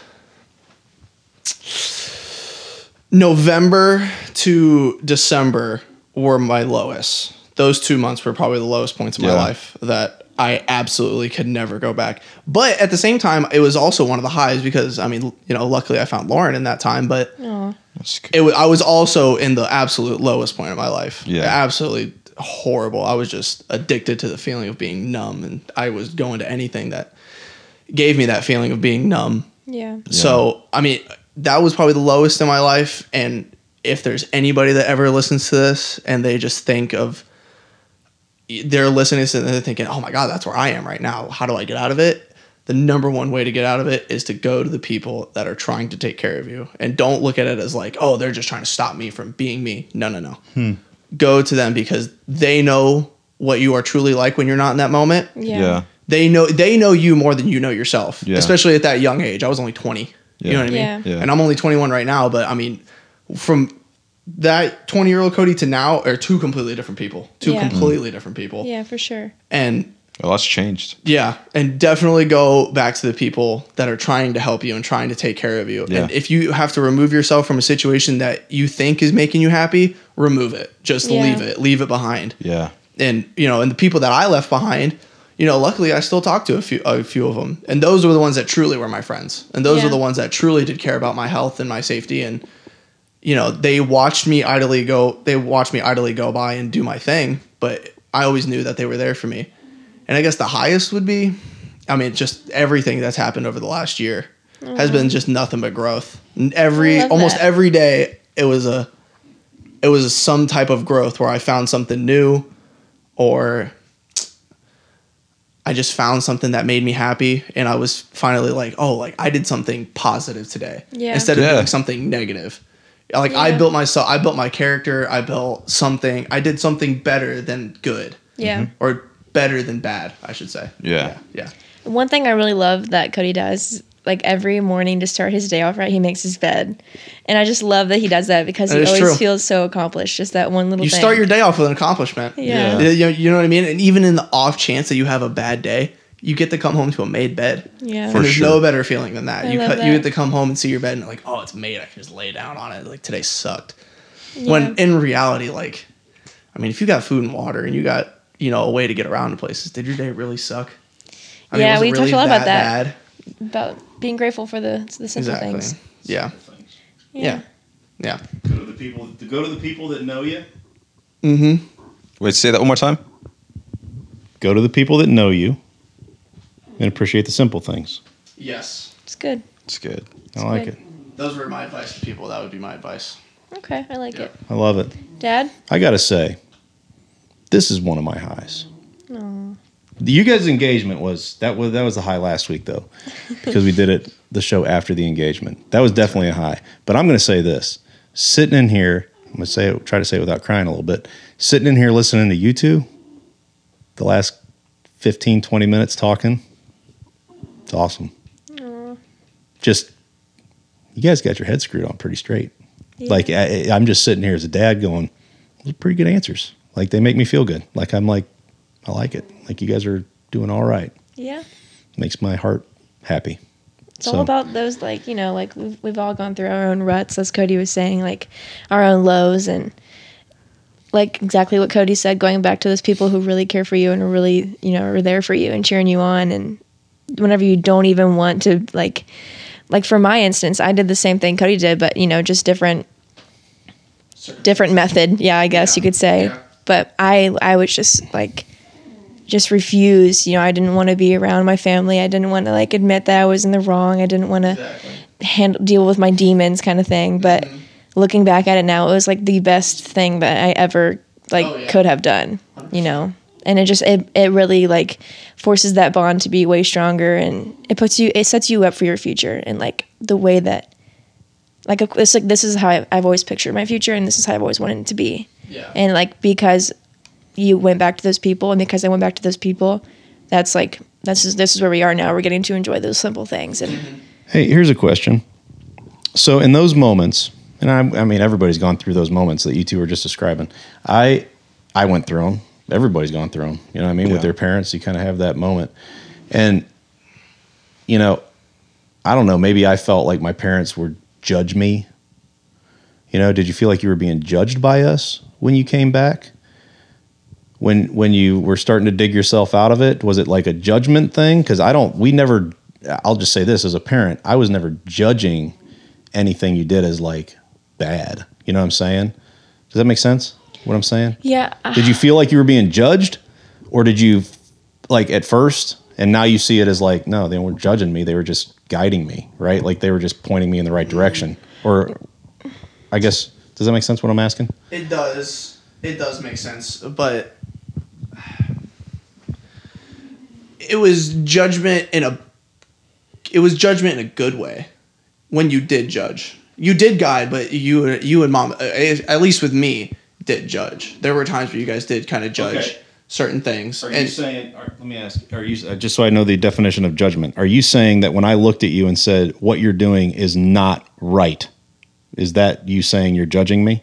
C: November to December were my lowest. Those two months were probably the lowest points of my
B: Yeah.
C: life that I absolutely could never go back. But at the same time, it was also one of the highs because I mean, you know, luckily I found Lauren in that time, but
D: Aw.
B: That's good.
C: it wa I was also in the absolute lowest point of my life.
B: Yeah.
C: Absolutely horrible. I was just addicted to the feeling of being numb and I was going to anything that gave me that feeling of being numb.
D: Yeah.
C: So, I mean, that was probably the lowest in my life. And if there's anybody that ever listens to this and they just think of, they're listening to this and they're thinking, oh my God, that's where I am right now. How do I get out of it? The number one way to get out of it is to go to the people that are trying to take care of you. And don't look at it as like, oh, they're just trying to stop me from being me. No, no, no. Go to them because they know what you are truly like when you're not in that moment
D: Yeah.
B: Yeah. Yeah.
C: they know they know you more than you know yourself
B: Yeah.
C: especially at that young age i was only 20 you
B: Yeah.
C: know what i mean
D: Yeah.
B: Yeah.
C: and i'm only 21 right now but i mean from that 20 year old cody to now are two completely different people two
D: Yeah.
C: completely different people
D: Yeah, for sure.
C: and
B: A lot's changed.
C: yeah and definitely go back to the people that are trying to help you and trying to take care of you
B: Yeah.
C: and if you have to remove yourself from a situation that you think is making you happy remove it just
D: Yeah.
C: leave it leave it behind
B: Yeah.
C: and you know, and the people that I left behind, you know, luckily I still talked to a few a few of them, and those were the ones that truly were my friends, and those
D: Yeah.
C: were the ones that truly did care about my health and my safety, and you know, they watched me idly go, they watched me idly go by and do my thing, but I always knew that they were there for me, and I guess the highest would be, I mean, just everything that's happened over the last year has been just nothing but growth. And Every
D: I Mm-hmm. love
C: almost
D: that.
C: every day, it was a it was some type of growth where I found something new or I just found something that made me happy and I was finally like, oh, like I did something positive today
D: Yeah.
C: instead of
B: Yeah.
C: doing something negative. Like I
D: Yeah.
C: built myself, I built my character, I built something, I did something better than good
D: Yeah.
C: or better than bad, I should say.
B: Yeah.
C: Yeah.
D: One thing I really love that Cody does, like every morning to start his day off right, he makes his bed. And I just love that he does that because
C: That
D: he
C: is
D: always
C: true.
D: feels so accomplished. Just that one little
C: You
D: thing.
C: start your day off with an accomplishment.
D: Yeah.
B: Yeah.
C: You, you- you know what I mean? And even in the off chance that you have a bad day, you get to come home to a made bed.
D: Yeah.
B: For
C: and there's
B: sure.
C: no better feeling than that.
D: I
C: you
D: love
C: cut, you
D: that.
C: get to come home and see your bed and like, oh, it's made. I can just lay down on it. Like today sucked.
D: Yeah.
C: When in reality, like, I mean, if you got food and water and you got you know a way to get around to places, did your day really suck?
D: Yeah,
C: was it
D: we talked a lot about that.
C: bad?
D: about being grateful for the the simple
C: Exactly.
D: things.
C: Yeah.
A: Things.
C: Yeah. Yeah.
A: Go to the people. To go to the people that know you.
C: Mm-hmm.
B: Wait, say that one more time.
E: Go to the people that know you and appreciate the simple things.
C: Yes.
D: It's good.
B: It's good.
E: I like
D: good.
E: it.
C: Those were my advice to people. That would be my advice.
D: Okay, I like
C: Yeah.
D: it.
E: I love it.
D: Dad?
E: I got to say, this is one of my highs.
D: No.
E: You guys' engagement was that was that was the high last week though, because we did it the show after the engagement. That was definitely a high. But I'm going to say this: sitting in here, I'm going to say it, try to say it without crying a little bit. Sitting in here listening to you two, the last 15, 20 minutes talking, it's awesome. Just you guys got your head screwed on pretty straight. Like I, I- I'm just sitting here as a dad going, "Those are pretty good answers. Like they make me feel good. Like I'm like." I like it. Like you guys are doing all right.
D: Yeah.
E: Makes my heart happy.
D: It's all about those, like, you know, like we've, we've all gone through our own ruts, as Cody was saying, like our own lows, and like exactly what Cody said, going back to those people who really care for you and really, you know, are there for you and cheering you on. And whenever you don't even want to, like, like for my instance, I did the same thing Cody did, but, you know, just different, different method. Yeah, I guess you could say.
C: Yeah.
D: But I, I was just like, just refused. You know, I didn't want to be around my family. I didn't want to like admit that I was in the wrong. I didn't want to
C: Exactly. Mm-hmm.
D: handle deal with my demons kind of thing. But looking back at it now, it was like the best thing that I ever like
C: Oh, yeah.
D: could have done. You know, and it just it it really like forces that bond to be way stronger, and it puts you it sets you up for your future and like the way that. Like of- it's like this is how I- I've always pictured my future, and this is how I've always wanted it to be.
C: Yeah.
D: And like because you went back to those people, and because I went back to those people, that's like that's just, this is where we are now. We're getting to enjoy those simple things, and
A: Hey, here's a question. So in those moments, and I, I mean everybody's gone through those moments that you two were just describing. I I went through them. Everybody's gone through them. You know what I mean?
F: Yeah.
A: With their parents, you kind of have that moment, and you know, I don't know. Maybe I felt like my parents were judge me. You know, did you feel like you were being judged by us when you came back? When when you were starting to dig yourself out of it, was it like a judgment thing? Because I don't. We never. I'll just say this as a parent, I was never judging anything you did as like bad. You know what I'm saying? Does that make sense? What I'm saying?
D: yeah.
A: Did you feel like you were being judged, or did you like at first, and now you see it as like no, they weren't judging me; they were just guiding me, right? Like they were just pointing me in the right direction. Or, I guess, does that make sense? What I'm asking?
C: It does. It does make sense, but it was judgment in a it was judgment in a good way when you did judge. You did guide, but you you and mom uh, at least with me did judge. There were times where you guys did kind of judge
F: Okay.
C: certain things.
F: Are you
C: and
F: saying? Are, let me ask. Are you?
A: Uh, Just so I know the definition of judgment, are you saying that when I looked at you and said what you're doing is not right, is that you saying you're judging me?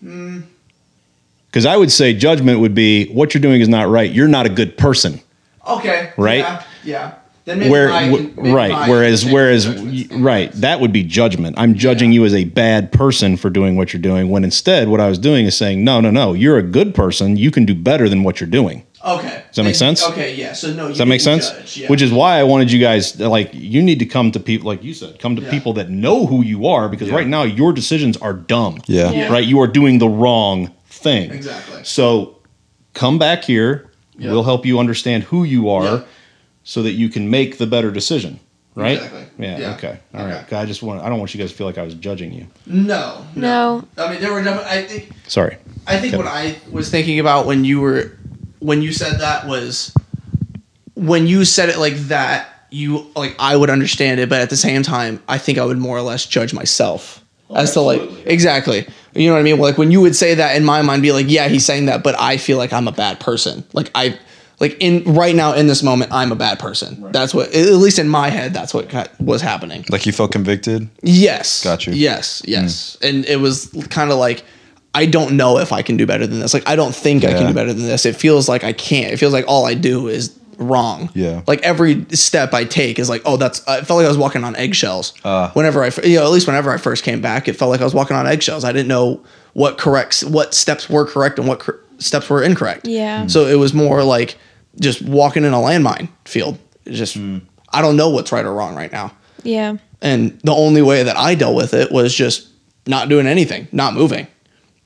A: Because I would say judgment would be what you're doing is not right. You're not a good person.
C: okay,
A: Right?
C: Yeah. yeah. Then maybe
A: where
C: I-
A: w-
C: maybe
A: right
C: I
A: whereas
C: understand
A: whereas
C: judgment.
A: y- right that would be judgment i'm judging you as a bad person for doing what you're doing when instead what i was doing is saying no no no you're a good person you can do better than what you're doing
C: Okay. Does
A: that make sense?
C: Okay, yeah. So no,
A: does that make sense which is why i wanted you guys like you need to come to people like you said come to
C: Yeah.
A: people that know who you are because
F: Yeah.
A: right now your decisions are dumb
B: Yeah.
D: Yeah.
A: right you are doing the wrong thing
C: Exactly.
A: so come back here
C: Yeah.
A: we'll help you understand who you are
C: Yeah.
A: so that you can make the better decision. Right?
C: Exactly.
A: Yeah,
C: Yeah.
A: Okay. All right.
C: Okay.
A: I just want. I don't want you guys to feel like I was judging you.
C: No,
D: No.
C: I mean, there were definitely. I think.
A: Sorry.
C: I think what I was thinking about when you were, when you said that was, when you said it like that, you like I would understand it, but at the same time, I think I would more or less judge myself as to like
F: absolutely.
C: exactly. You know what I mean? Like when you would say that in my mind, be like, yeah, he's saying that, but I feel like I'm a bad person. Like I. Like in right now in this moment, I'm a bad person. That's what, at least in my head, that's what ki- was happening.
B: Like you felt convicted.
C: Yes.
B: Got you.
C: Yes. Yes. And it was kind of like, I don't know if I can do better than this. Like, I don't think I can
B: Yeah.
C: do better than this. It feels like I can't. It feels like all I do is wrong.
B: Yeah.
C: Like every step I take is like, oh, that's. I felt like I was walking on eggshells. Uh,
B: Ah.
C: whenever I, fir- you know, at least whenever I first came back, it felt like I was walking on eggshells. I didn't know what corrects, what steps were correct and what cor- steps were incorrect.
B: Hmm.
D: Yeah.
C: So it was more like just walking in a landmine field. It's just,
B: Hmm.
C: I don't know what's right or wrong right now.
D: Yeah.
C: And the only way that I dealt with it was just not doing anything, not moving,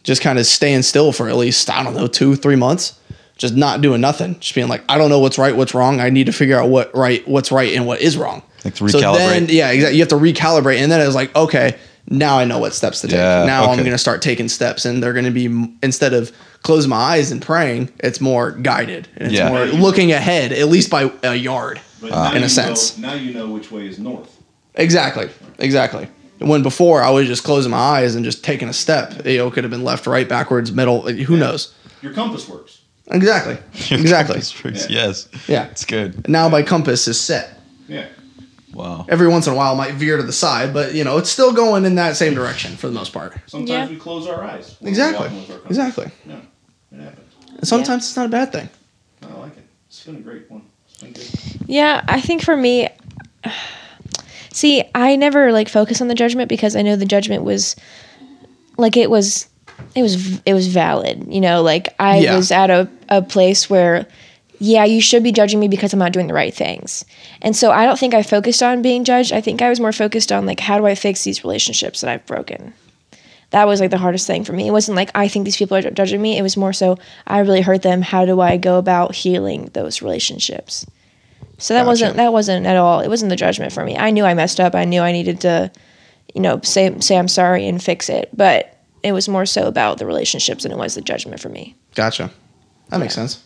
C: just kind of staying still for at least, I don't know, two, three months, just not doing nothing, just being like, I don't know what's right, what's wrong. I need to figure out what right, what's right and what is wrong.
B: Like to
C: So then,
B: recalibrate.
C: yeah, exactly. You have to recalibrate. And then it was like, okay, now I know what steps to take.
B: Yeah,
C: now I'm
B: okay.
C: going to start taking steps and they're going to be, m- instead of closing my eyes and praying, it's more guided and it's
B: Yeah.
C: more looking ahead, at least by a yard.
F: But now
C: in a
F: you
C: sense.
F: know, now you know which way is north.
C: Exactly. Exactly. When before I was just closing my eyes and just taking a step, you know, it could have been left, right, backwards, middle. Who knows?
F: Your compass works.
C: Exactly. Exactly.
B: Tricks. Yes.
C: Yeah.
B: It's good.
C: Now my compass is set.
F: Yeah.
A: Oh.
B: Wow.
C: Every once in a while, it might veer to the side, but you know, it's still going in that same direction for the most part.
F: Sometimes
D: Yeah.
F: we close our eyes. when we're
C: Exactly.
F: walking with our compass.
C: Exactly.
F: Yeah. It happens.
C: And sometimes it's not a bad thing.
F: I like it. It's been a great one. It's been good.
D: Yeah, I think for me, see, I never like focus on the judgment because I know the judgment was like it was, it was, it was valid. You know, like I
C: Yeah.
D: was at a, a place where, yeah, you should be judging me because I'm not doing the right things. And so I don't think I focused on being judged. I think I was more focused on like, how do I fix these relationships that I've broken? that was like the hardest thing for me. It wasn't like I think these people are ju- judging me. It was more so I really hurt them. How do I go about healing those relationships? So that wasn't that wasn't at all. It wasn't the judgment for me. I knew I messed up. I knew I needed to, you know, say say I'm sorry and fix it. But it was more so about the relationships than it was the judgment for me.
C: Gotcha. That makes sense.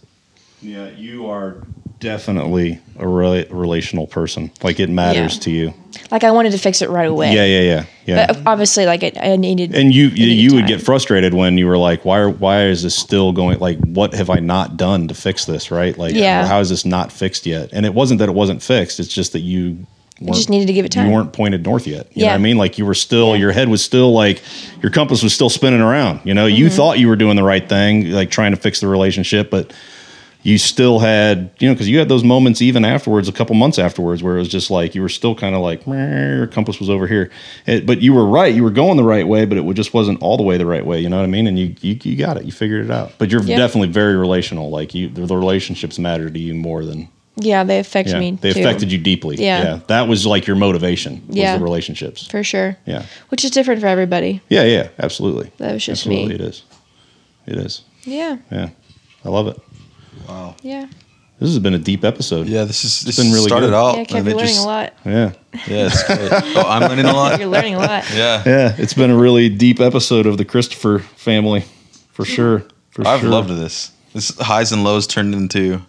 G: Yeah, you are.
A: Definitely a re- relational person. Like it matters
D: Yeah.
A: to you.
D: Like I wanted to fix it right away.
A: Yeah, yeah, yeah, yeah.
D: But uh, obviously, like it, I needed.
A: and you
D: I
A: you,
D: needed
A: you would
D: time.
A: get frustrated when you were like, why are, why is this still going? Like, what have I not done to fix this? Right? Like,
D: Yeah.
A: how is this not fixed yet? And it wasn't that it wasn't fixed. It's just that you weren't-
D: just needed to give it time.
A: You weren't pointed north yet. You know
D: Yeah.
A: what I mean? Like you were still, your head was still like, your compass was still spinning around. You know,
D: Mm-hmm.
A: you thought you were doing the right thing, like trying to fix the relationship, but you still had, you know, because you had those moments even afterwards, a couple months afterwards, where it was just like you were still kind of like, "Meh, your compass was over here, It- but you were right, you were going the right way, but it just wasn't all the way the right way. You know what I mean? And you you, you got it, you figured it out. But you're
D: Yeah.
A: definitely very relational. Like you, the, the relationships matter to you more than
D: Yeah, they affect
A: yeah,
D: me.
A: they
D: too,
A: affected you deeply.
D: Yeah.
A: that was like your motivation. Was
D: Yeah.
A: the relationships.
D: for sure.
A: Yeah,
D: Which is different for everybody.
A: yeah, yeah. Absolutely.
D: That was just
A: absolutely.
D: me.
A: It is. It is.
D: Yeah,
A: Yeah, I love it.
G: Wow.
D: yeah,
A: This has been a deep episode.
B: Yeah, this is this
A: been
B: has
A: really
B: started
A: good.
B: out.
D: yeah.
B: and
D: Kev, you're
B: it
D: learning
B: just-
D: a lot.
A: yeah,
B: Yeah, it's great. oh, I'm learning a lot.
D: You're learning a lot.
B: Yeah,
A: yeah. It's been a really deep episode of the Christopher family, for sure. For
B: I've
A: sure.
B: loved this. This highs and lows turned into,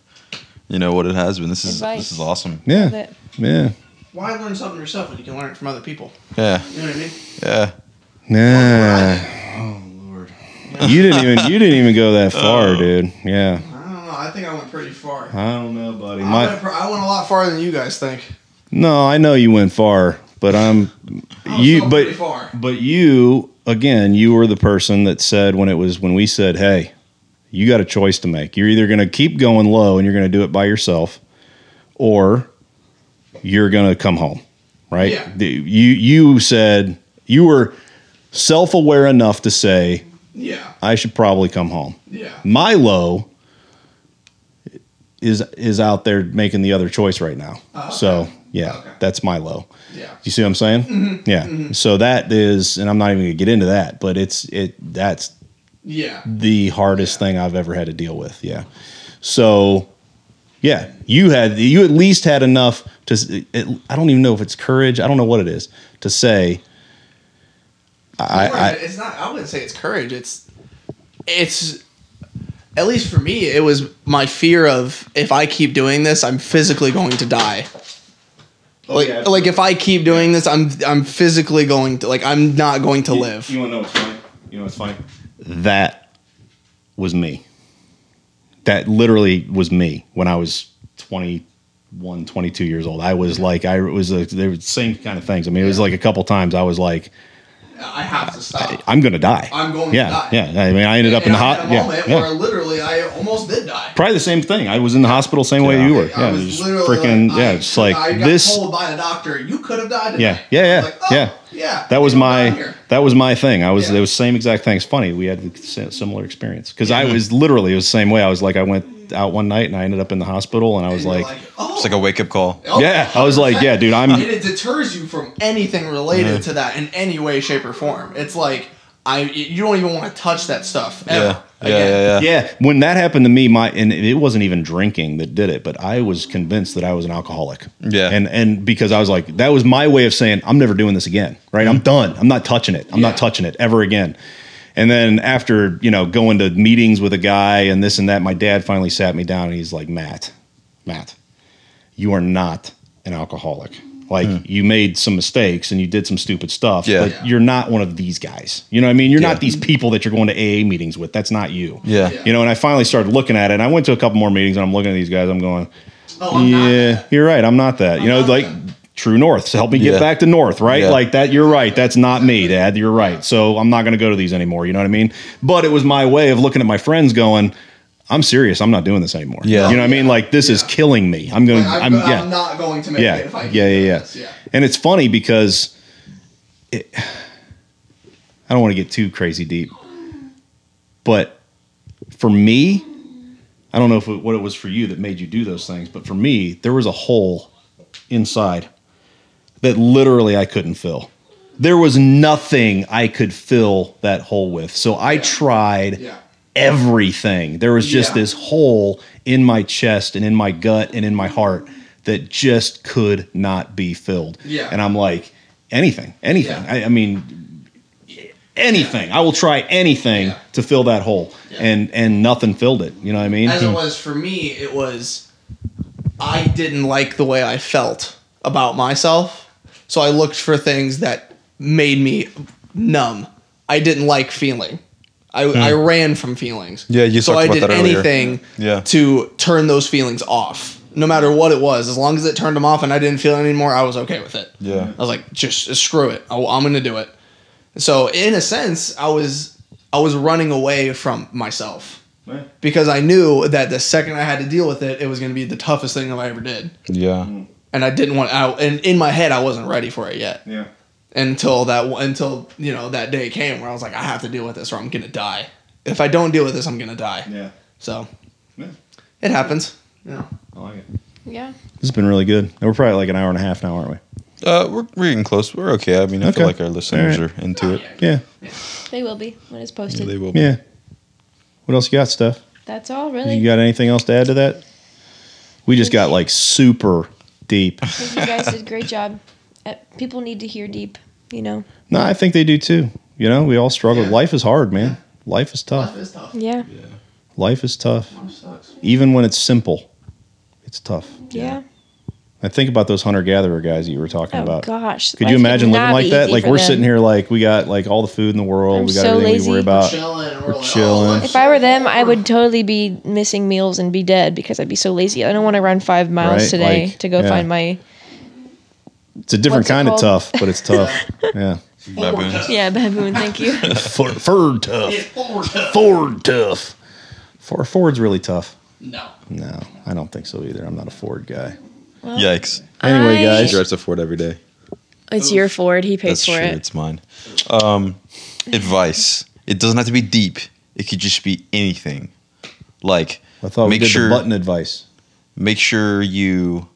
B: you know, what it has been. This is
D: Advice.
B: this is awesome.
A: Yeah,
D: That-
A: yeah,
C: Why learn something yourself when you can learn it from other people?
B: Yeah,
C: You know what I mean?
B: yeah.
A: nah.
G: Oh lord.
A: you didn't even you didn't even go that far, dude. Yeah,
C: I don't know. I think I went pretty far.
G: I don't know, buddy.
C: I,
A: my-
C: went, pro- I went a lot farther than you guys think.
A: no, I know you went far, but I'm
C: I was
A: you,
C: still
A: but
C: pretty far.
A: But you, again, you were the person that said when it was when we said, "Hey, you got a choice to make. You're either going to keep going low and you're going to do it by yourself, or you're going to come home." Right?
C: Yeah.
A: The- You you said you were self-aware enough to say,
C: Yeah,
A: "I should probably come home."
C: yeah,
A: My low is is out there making the other choice right now.
C: Oh, okay.
A: So, yeah,
C: Okay.
A: that's my low.
C: yeah.
A: You see what I'm saying? Yeah. So that is, and I'm not even gonna get into that, but it's it that's
C: Yeah.
A: the hardest thing I've ever had to deal with. Yeah. So, yeah, you had you at least had enough to. s- It, I don't even know if it's courage. I don't know what it is to say. I,
C: Or
A: I
C: it's not. I wouldn't say it's courage. It's it's at least for me, it was my fear of if I keep doing this, I'm physically going to die. Like
G: yeah,
C: like if I keep doing this, I'm I'm physically going to like I'm not going to
G: You-
C: live.
G: You, want to know what's funny? You know what's funny?
A: that was me. That literally was me when I was 21, 22 years old. I was like, I was a, they were the same kind of things. I mean, it was like a couple times I was like,
C: I have to stop.
A: I'm gonna die.
C: I'm going to
A: yeah,
C: die.
A: Yeah, I mean, I ended up in
C: And
A: the
C: I had
A: hot.
C: a moment
A: Yeah, yeah.
C: where literally I almost did die.
A: Probably the same thing. I was in the hospital same way you were.
C: I
A: Yeah,
C: was
A: just
C: literally
A: freaking.
C: like,
A: yeah,
C: I-
A: just like
C: I got
A: this.
C: told by the doctor, you could have died. Today.
A: Yeah, yeah, yeah,
C: I was like, oh,
A: yeah.
C: yeah.
A: That was
C: I'm out
A: my.
C: here.
A: That was my thing. I was.
C: Yeah.
A: It was the same exact thing. It's funny. We had the si- similar experience because I was literally it was the same way. I was like, I went out one night and I ended up in the hospital, and I was
C: And you're
A: like,
C: oh,
B: It's like a wake up call.
C: oh,
A: yeah, I was like, yeah, dude, I'm.
C: and it deters you from anything related to that in any way, shape, or form. It's like I you don't even want to touch that stuff. Ever
B: Yeah, yeah, yeah,
C: again.
B: yeah.
A: Yeah, when that happened to me, my and it wasn't even drinking that did it, but I was convinced that I was an alcoholic.
B: Yeah.
A: and and because I was like, that was my way of saying I'm never doing this again. Right,
B: Mm-hmm.
A: I'm done. I'm not touching it. I'm
C: Yeah.
A: not touching it ever again. And then after you know going to meetings with a guy and this and that, my dad finally sat me down and he's like, Matt, Matt, you are not an alcoholic. Like you made some mistakes and you did some stupid stuff,
B: Hmm. Yeah.
A: but you're not one of these guys. You know what I mean? You're
B: Yeah.
A: not these people that you're going to AA meetings with. That's not you.
B: Yeah.
C: Yeah.
A: You know, and I finally started looking at it. And I went to a couple more meetings and I'm looking at these guys. I'm going,
C: Oh, I'm not-
A: yeah, you're right. I'm not that. you know,
C: not
A: like true north. So help me get
B: Yeah.
A: back to north, right?
B: Yeah.
A: Like that. You're right. That's not me, dad. You're right. So I'm not going to go to these anymore. You know what I mean? But it was my way of looking at my friends going, I'm serious. I'm not doing this anymore.
B: Yeah.
A: You know what I mean? Like this is
C: Yeah.
A: killing me. I'm going to,
C: Like, I'm,
A: I'm,
C: I'm
A: yeah
C: not going to make
A: yeah,
C: it if I keep
A: yeah, yeah,
C: doing
A: yeah.
C: this. yeah.
A: And it's funny because it, I don't want to get too crazy deep, but for me, I don't know if it, what it was for you that made you do those things, but for me, there was a hole inside that literally I couldn't fill. there was nothing I could fill that hole with. So I tried
C: Yeah.
A: everything. There was just
C: Yeah.
A: this hole in my chest and in my gut and in my heart that just could not be filled.
C: Yeah.
A: And I'm like, anything, anything.
C: Yeah.
A: I, I mean, anything. I will try anything
C: Yeah.
A: to fill that hole.
C: Yeah.
A: And and nothing filled it. You know what I mean? Hmm.
C: As it was for me, it was I didn't like the way I felt about myself, so I looked for things that made me numb. I didn't like feeling. I, I ran from feelings.
B: Hmm. Yeah, you
C: so
B: talked
C: I
B: about
C: did
B: that earlier.
C: anything
B: Yeah.
C: to turn those feelings off, no matter what it was. As long as it turned them off and I didn't feel it anymore, I was okay with it.
B: Yeah.
C: I was like, just screw it. I, am gonna do it. So in a sense, I was I was running away from myself
H: Right.
C: because I knew that the second I had to deal with it, it was going to be the toughest thing that I ever did,
B: Yeah.
C: and I didn't want. I, and in my head, I wasn't ready for it yet
H: Yeah.
C: until that until you know that day came where I was like, I have to deal with this or I'm going to die. If I don't deal with this, I'm going to die.
H: Yeah.
C: So
H: Yeah.
C: it happens. You know.
H: I like it.
D: Yeah.
A: This has been really good. And We're probably like an hour and a half now, aren't we?
B: Uh, we're, we're getting close. We're okay. I mean, I
A: Okay.
B: feel like our listeners
A: All right.
B: are into it.
A: Yeah.
D: They will be when it's posted.
B: They will. be.
A: Yeah. What else you got, Steph?
D: That's all, really.
A: You got anything else to add to that? We just got like super deep.
D: I think you guys did a great job. Uh, people need to hear deep, you know.
A: No, I think they do too. You know, we all struggle.
C: Yeah.
A: Life is hard, man. Life is tough.
C: is tough.
D: Yeah.
A: Life is tough.
C: Life sucks.
A: Even when it's simple, it's tough.
D: Yeah.
A: I think about those hunter gatherer guys that you were talking
D: Oh
A: about.
D: gosh.
A: Could
D: Life
A: you
D: could
A: imagine living
D: not
A: like
D: be
A: that?
D: easy
A: Like
D: for
A: we're
D: them.
A: sitting here, like we got like all the food in the world.
D: I'm
A: we got
D: so
A: everything
D: lazy.
A: we worry
H: Uh,
A: about.
C: Chilling. We're,
A: We're
C: like,
A: chilling.
C: oh,
D: If I were them, I would totally be missing meals and be dead because I'd be so lazy. I don't want to run five miles
A: Right,
D: today
A: like,
D: to go
A: yeah.
D: find my
A: It's a different
D: What's it
A: kind of
D: called?
A: tough, but it's tough. yeah,
B: Baboons.
D: yeah baboon. Thank you.
A: Ford, Ford tough. Ford tough. For Ford's really tough.
C: No.
A: No, I don't think so either. I'm not a Ford guy.
B: Yikes.
A: Anyway,
D: I-
A: guys,
B: She drives a Ford every day.
D: It's your Ford. He
B: That's
D: pays for
B: true.
D: it.
B: It's mine. Um, advice. It doesn't have to be deep. It could just be anything. Like
A: I thought
B: make
A: we did
B: sure
A: the button advice.
B: make sure you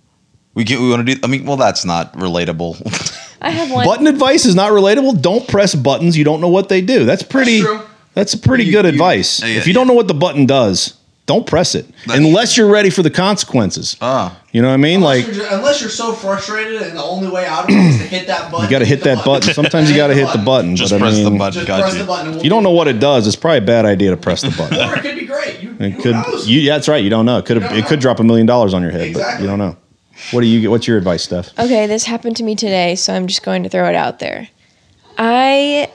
B: we get we want to do. I mean, well, that's not relatable.
D: I have one.
A: Button advice is not relatable. Don't press buttons. You don't know what they do. That's pretty.
C: That's true.
A: That's a pretty good advice.
B: Yeah, yeah,
A: if you don't know what the button does, don't press it
B: That's-
A: unless you're ready for the consequences.
B: ah,
A: you know what I mean? Like
C: unless, you're, ju- unless you're so frustrated and the only way out of it is to hit that button.
A: you got to hit that button. Sometimes you got to hit the button.
B: just
A: but I
B: press the
A: mean,
B: button.
C: Just
B: Got
C: press
B: you.
C: the button. and we'll
A: You don't
C: do
A: know what it does. It's probably a bad idea to press the button.
C: Or it could be great. You,
A: It
C: who
A: could.
C: knows?
A: You, that's right. You don't know. It could.
C: You don't
A: It could
C: know.
A: drop a million dollars on your head, but
C: Exactly.
A: you don't know. What do you get? What's your advice, Steph?
D: Okay, this happened to me today, so I'm just going to throw it out there. I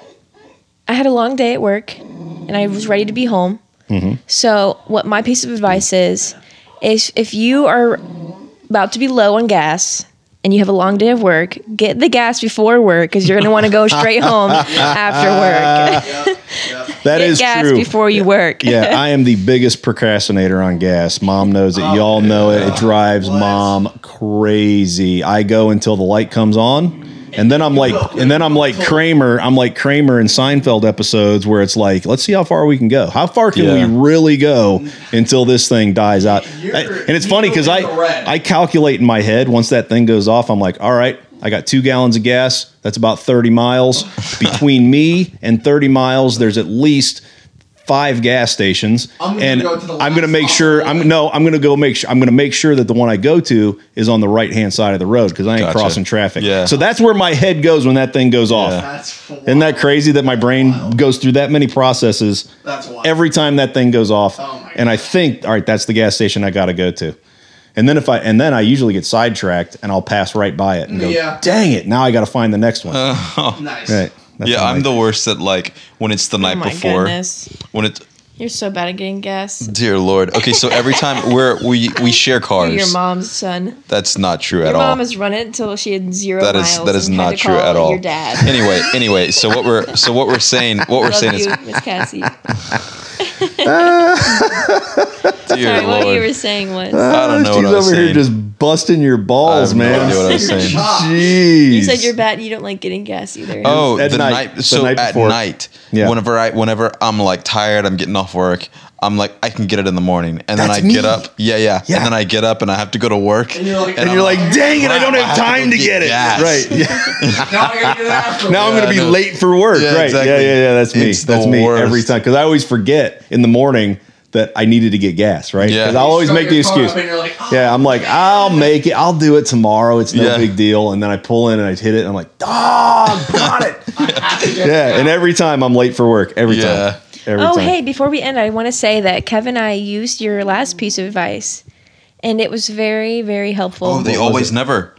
D: I had a long day at work, and I was ready to be home.
A: Mm-hmm.
D: So, what my piece of advice is is if you are about to be low on gas and you have a long day of work, get the gas before work because you're going to want to go straight home after work.
A: That
D: get
A: is
D: gas
A: true.
D: before you work.
A: yeah, I am the biggest procrastinator on gas. Mom knows it.
C: Oh,
A: Y'all know it. It drives
C: What?
A: mom crazy. I go until the light comes on. And then I'm like, and then I'm like Kramer. I'm like Kramer in Seinfeld episodes where it's like, let's see how far we can go. How far can
B: Yeah.
A: we really go until this thing dies out?
C: You're-
A: and it's funny
C: you're
A: because
C: in
A: I
C: the red.
A: I calculate in my head once that thing goes off. I'm like, all right, I got two gallons of gas. That's about 30 miles. Between me and 30 miles, there's at least five gas stations,
C: I'm gonna
A: and
C: go to the
A: I'm going to
C: last
A: make sure.
C: possible
A: I'm no, I'm going to go make sure. I'm going to make sure that the one I go to is on the right hand side of the road because I ain't
B: Gotcha.
A: crossing traffic.
B: Yeah.
A: So that's where my head goes when that thing goes off.
B: Yeah.
C: That's wild.
A: Isn't that crazy that my brain goes through that many processes
C: That's wild.
A: every time that thing goes off?
C: Oh my
A: and I
C: God.
A: think, all right, that's the gas station I got to go to. And then if I and then I usually get sidetracked and I'll pass right by it and go,
C: Yeah.
A: dang it, now I got to find the next one. right.
C: nice.
A: That's
B: Uh, yeah.
A: how
B: I'm
A: I-
B: the worst at like when it's the
D: Oh
B: night
D: my
B: before.
D: goodness.
B: When it's
D: You're so bad at getting gas.
B: dear lord. Okay, so every time we're we we share
D: You're your
B: cars.
D: mom's son.
B: That's not true at
D: Your
B: all.
D: mom has run it until she had zero
B: That is
D: miles.
B: that is
D: and had
B: not
D: to
B: true
D: call
B: at all.
D: Your dad.
B: Anyway, anyway, so what we're so what we're saying what we're
D: Love
B: saying
D: you,
B: is
D: Miss Cassie.
B: dear
D: Sorry, what you were
B: lord. Ah,
D: saying was
B: I don't know
A: She's
B: what I was
A: over here
B: saying.
A: just busting your
B: I
A: balls,
B: have no
A: man.
B: idea what I was
C: You're
B: saying.
C: shocked.
A: Jeez.
D: you said you're bad. You don't like getting gas either.
B: Oh,
A: At
B: the
A: night.
B: night.
A: The
B: So
A: night
B: at
A: before.
B: night,
A: Yeah.
B: whenever I, whenever I'm like tired, I'm getting off work. I'm like, I can get it in the morning, and then
A: That's
B: I
A: me.
B: get up. Yeah, yeah,
A: Yeah.
B: And then I get up and I have to go to work.
C: And you're like-
A: And
C: I'm
A: you're like, dang it, I don't have
B: crap, I have to
A: time
B: go
A: to
B: get
A: get it.
B: gas.
A: Right. Yeah.
C: Now I gotta get it after.
A: now I'm going
B: Yeah,
A: to
B: I
A: be
B: know.
A: late for work.
B: Yeah,
A: right.
B: exactly.
A: Yeah, yeah, yeah. That's me.
B: It's the
A: that's me every
B: worst.
A: time. Because I always forget in the morning that I needed to get gas, right?
B: Yeah.
A: Because I'll always make the excuse.
C: And you're like, oh,
A: Yeah, I'm like, I'll make it. I'll do it tomorrow. It's no
B: Yeah.
A: big deal. And then I pull in and I hit it. And I'm like, oh, got it. yeah. And every time I'm late for work. Every
B: Yeah.
A: time. Every
D: oh,
A: time.
D: hey, before we end, I want to say that Kevin and I used your last piece of advice, and it was very, very helpful.
B: Oh, the
A: was
B: always
A: it?
B: never.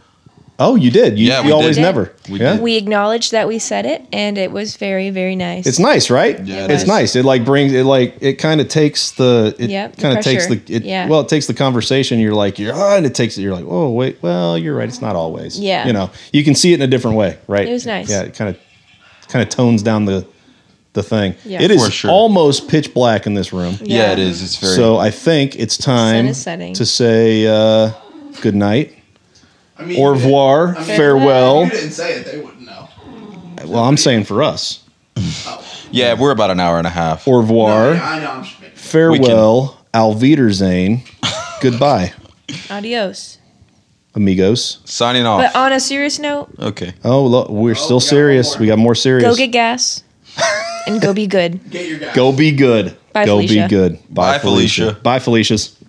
A: Oh, you did. You,
B: Yeah,
A: you
B: we
A: always
D: did.
A: never.
B: We
A: yeah.
B: did.
D: we acknowledged that we said it, and it was very, very nice.
A: It's nice, right?
B: Yeah, it
A: it's
B: is.
A: nice. It like brings it like it kind of takes the it
D: Yep, the
A: kind of takes the
D: pressure.
A: it,
D: Yeah.
A: well it takes the conversation. You're like you're ah, and it takes it. You're like oh wait, well you're right. It's not always.
D: Yeah.
A: you know you can see it in a different way, right?
D: It was nice.
A: Yeah, it kind of kind of tones down the the thing.
D: Yeah.
A: It is
B: For sure.
A: almost pitch black in this room,
B: Yeah,
D: Yeah.
B: it is. It's very.
A: so I think it's time
D: is setting.
A: to say uh, good night,
C: I mean,
A: au
C: you didn't-
A: revoir,
C: I mean,
A: farewell.
C: If you didn't say it, they wouldn't know.
A: Well, I'm saying for us,
B: yeah, we're about an hour and a half.
A: au
C: No,
A: revoir.
C: yeah, I know. I'm just making.
A: Farewell, Alviederzane. Goodbye,
D: Adios.
A: amigos.
B: Signing off.
D: But um, on a serious note,
B: okay.
A: Oh, look, we're
C: we
A: still
C: got
A: serious.
C: one more.
A: We got more serious.
D: go get gas and go be good.
C: Get your guy.
A: Go be good.
D: Bye,
A: go
D: Felicia.
A: be good.
B: Bye, Felicia.
A: Bye, Felicia's.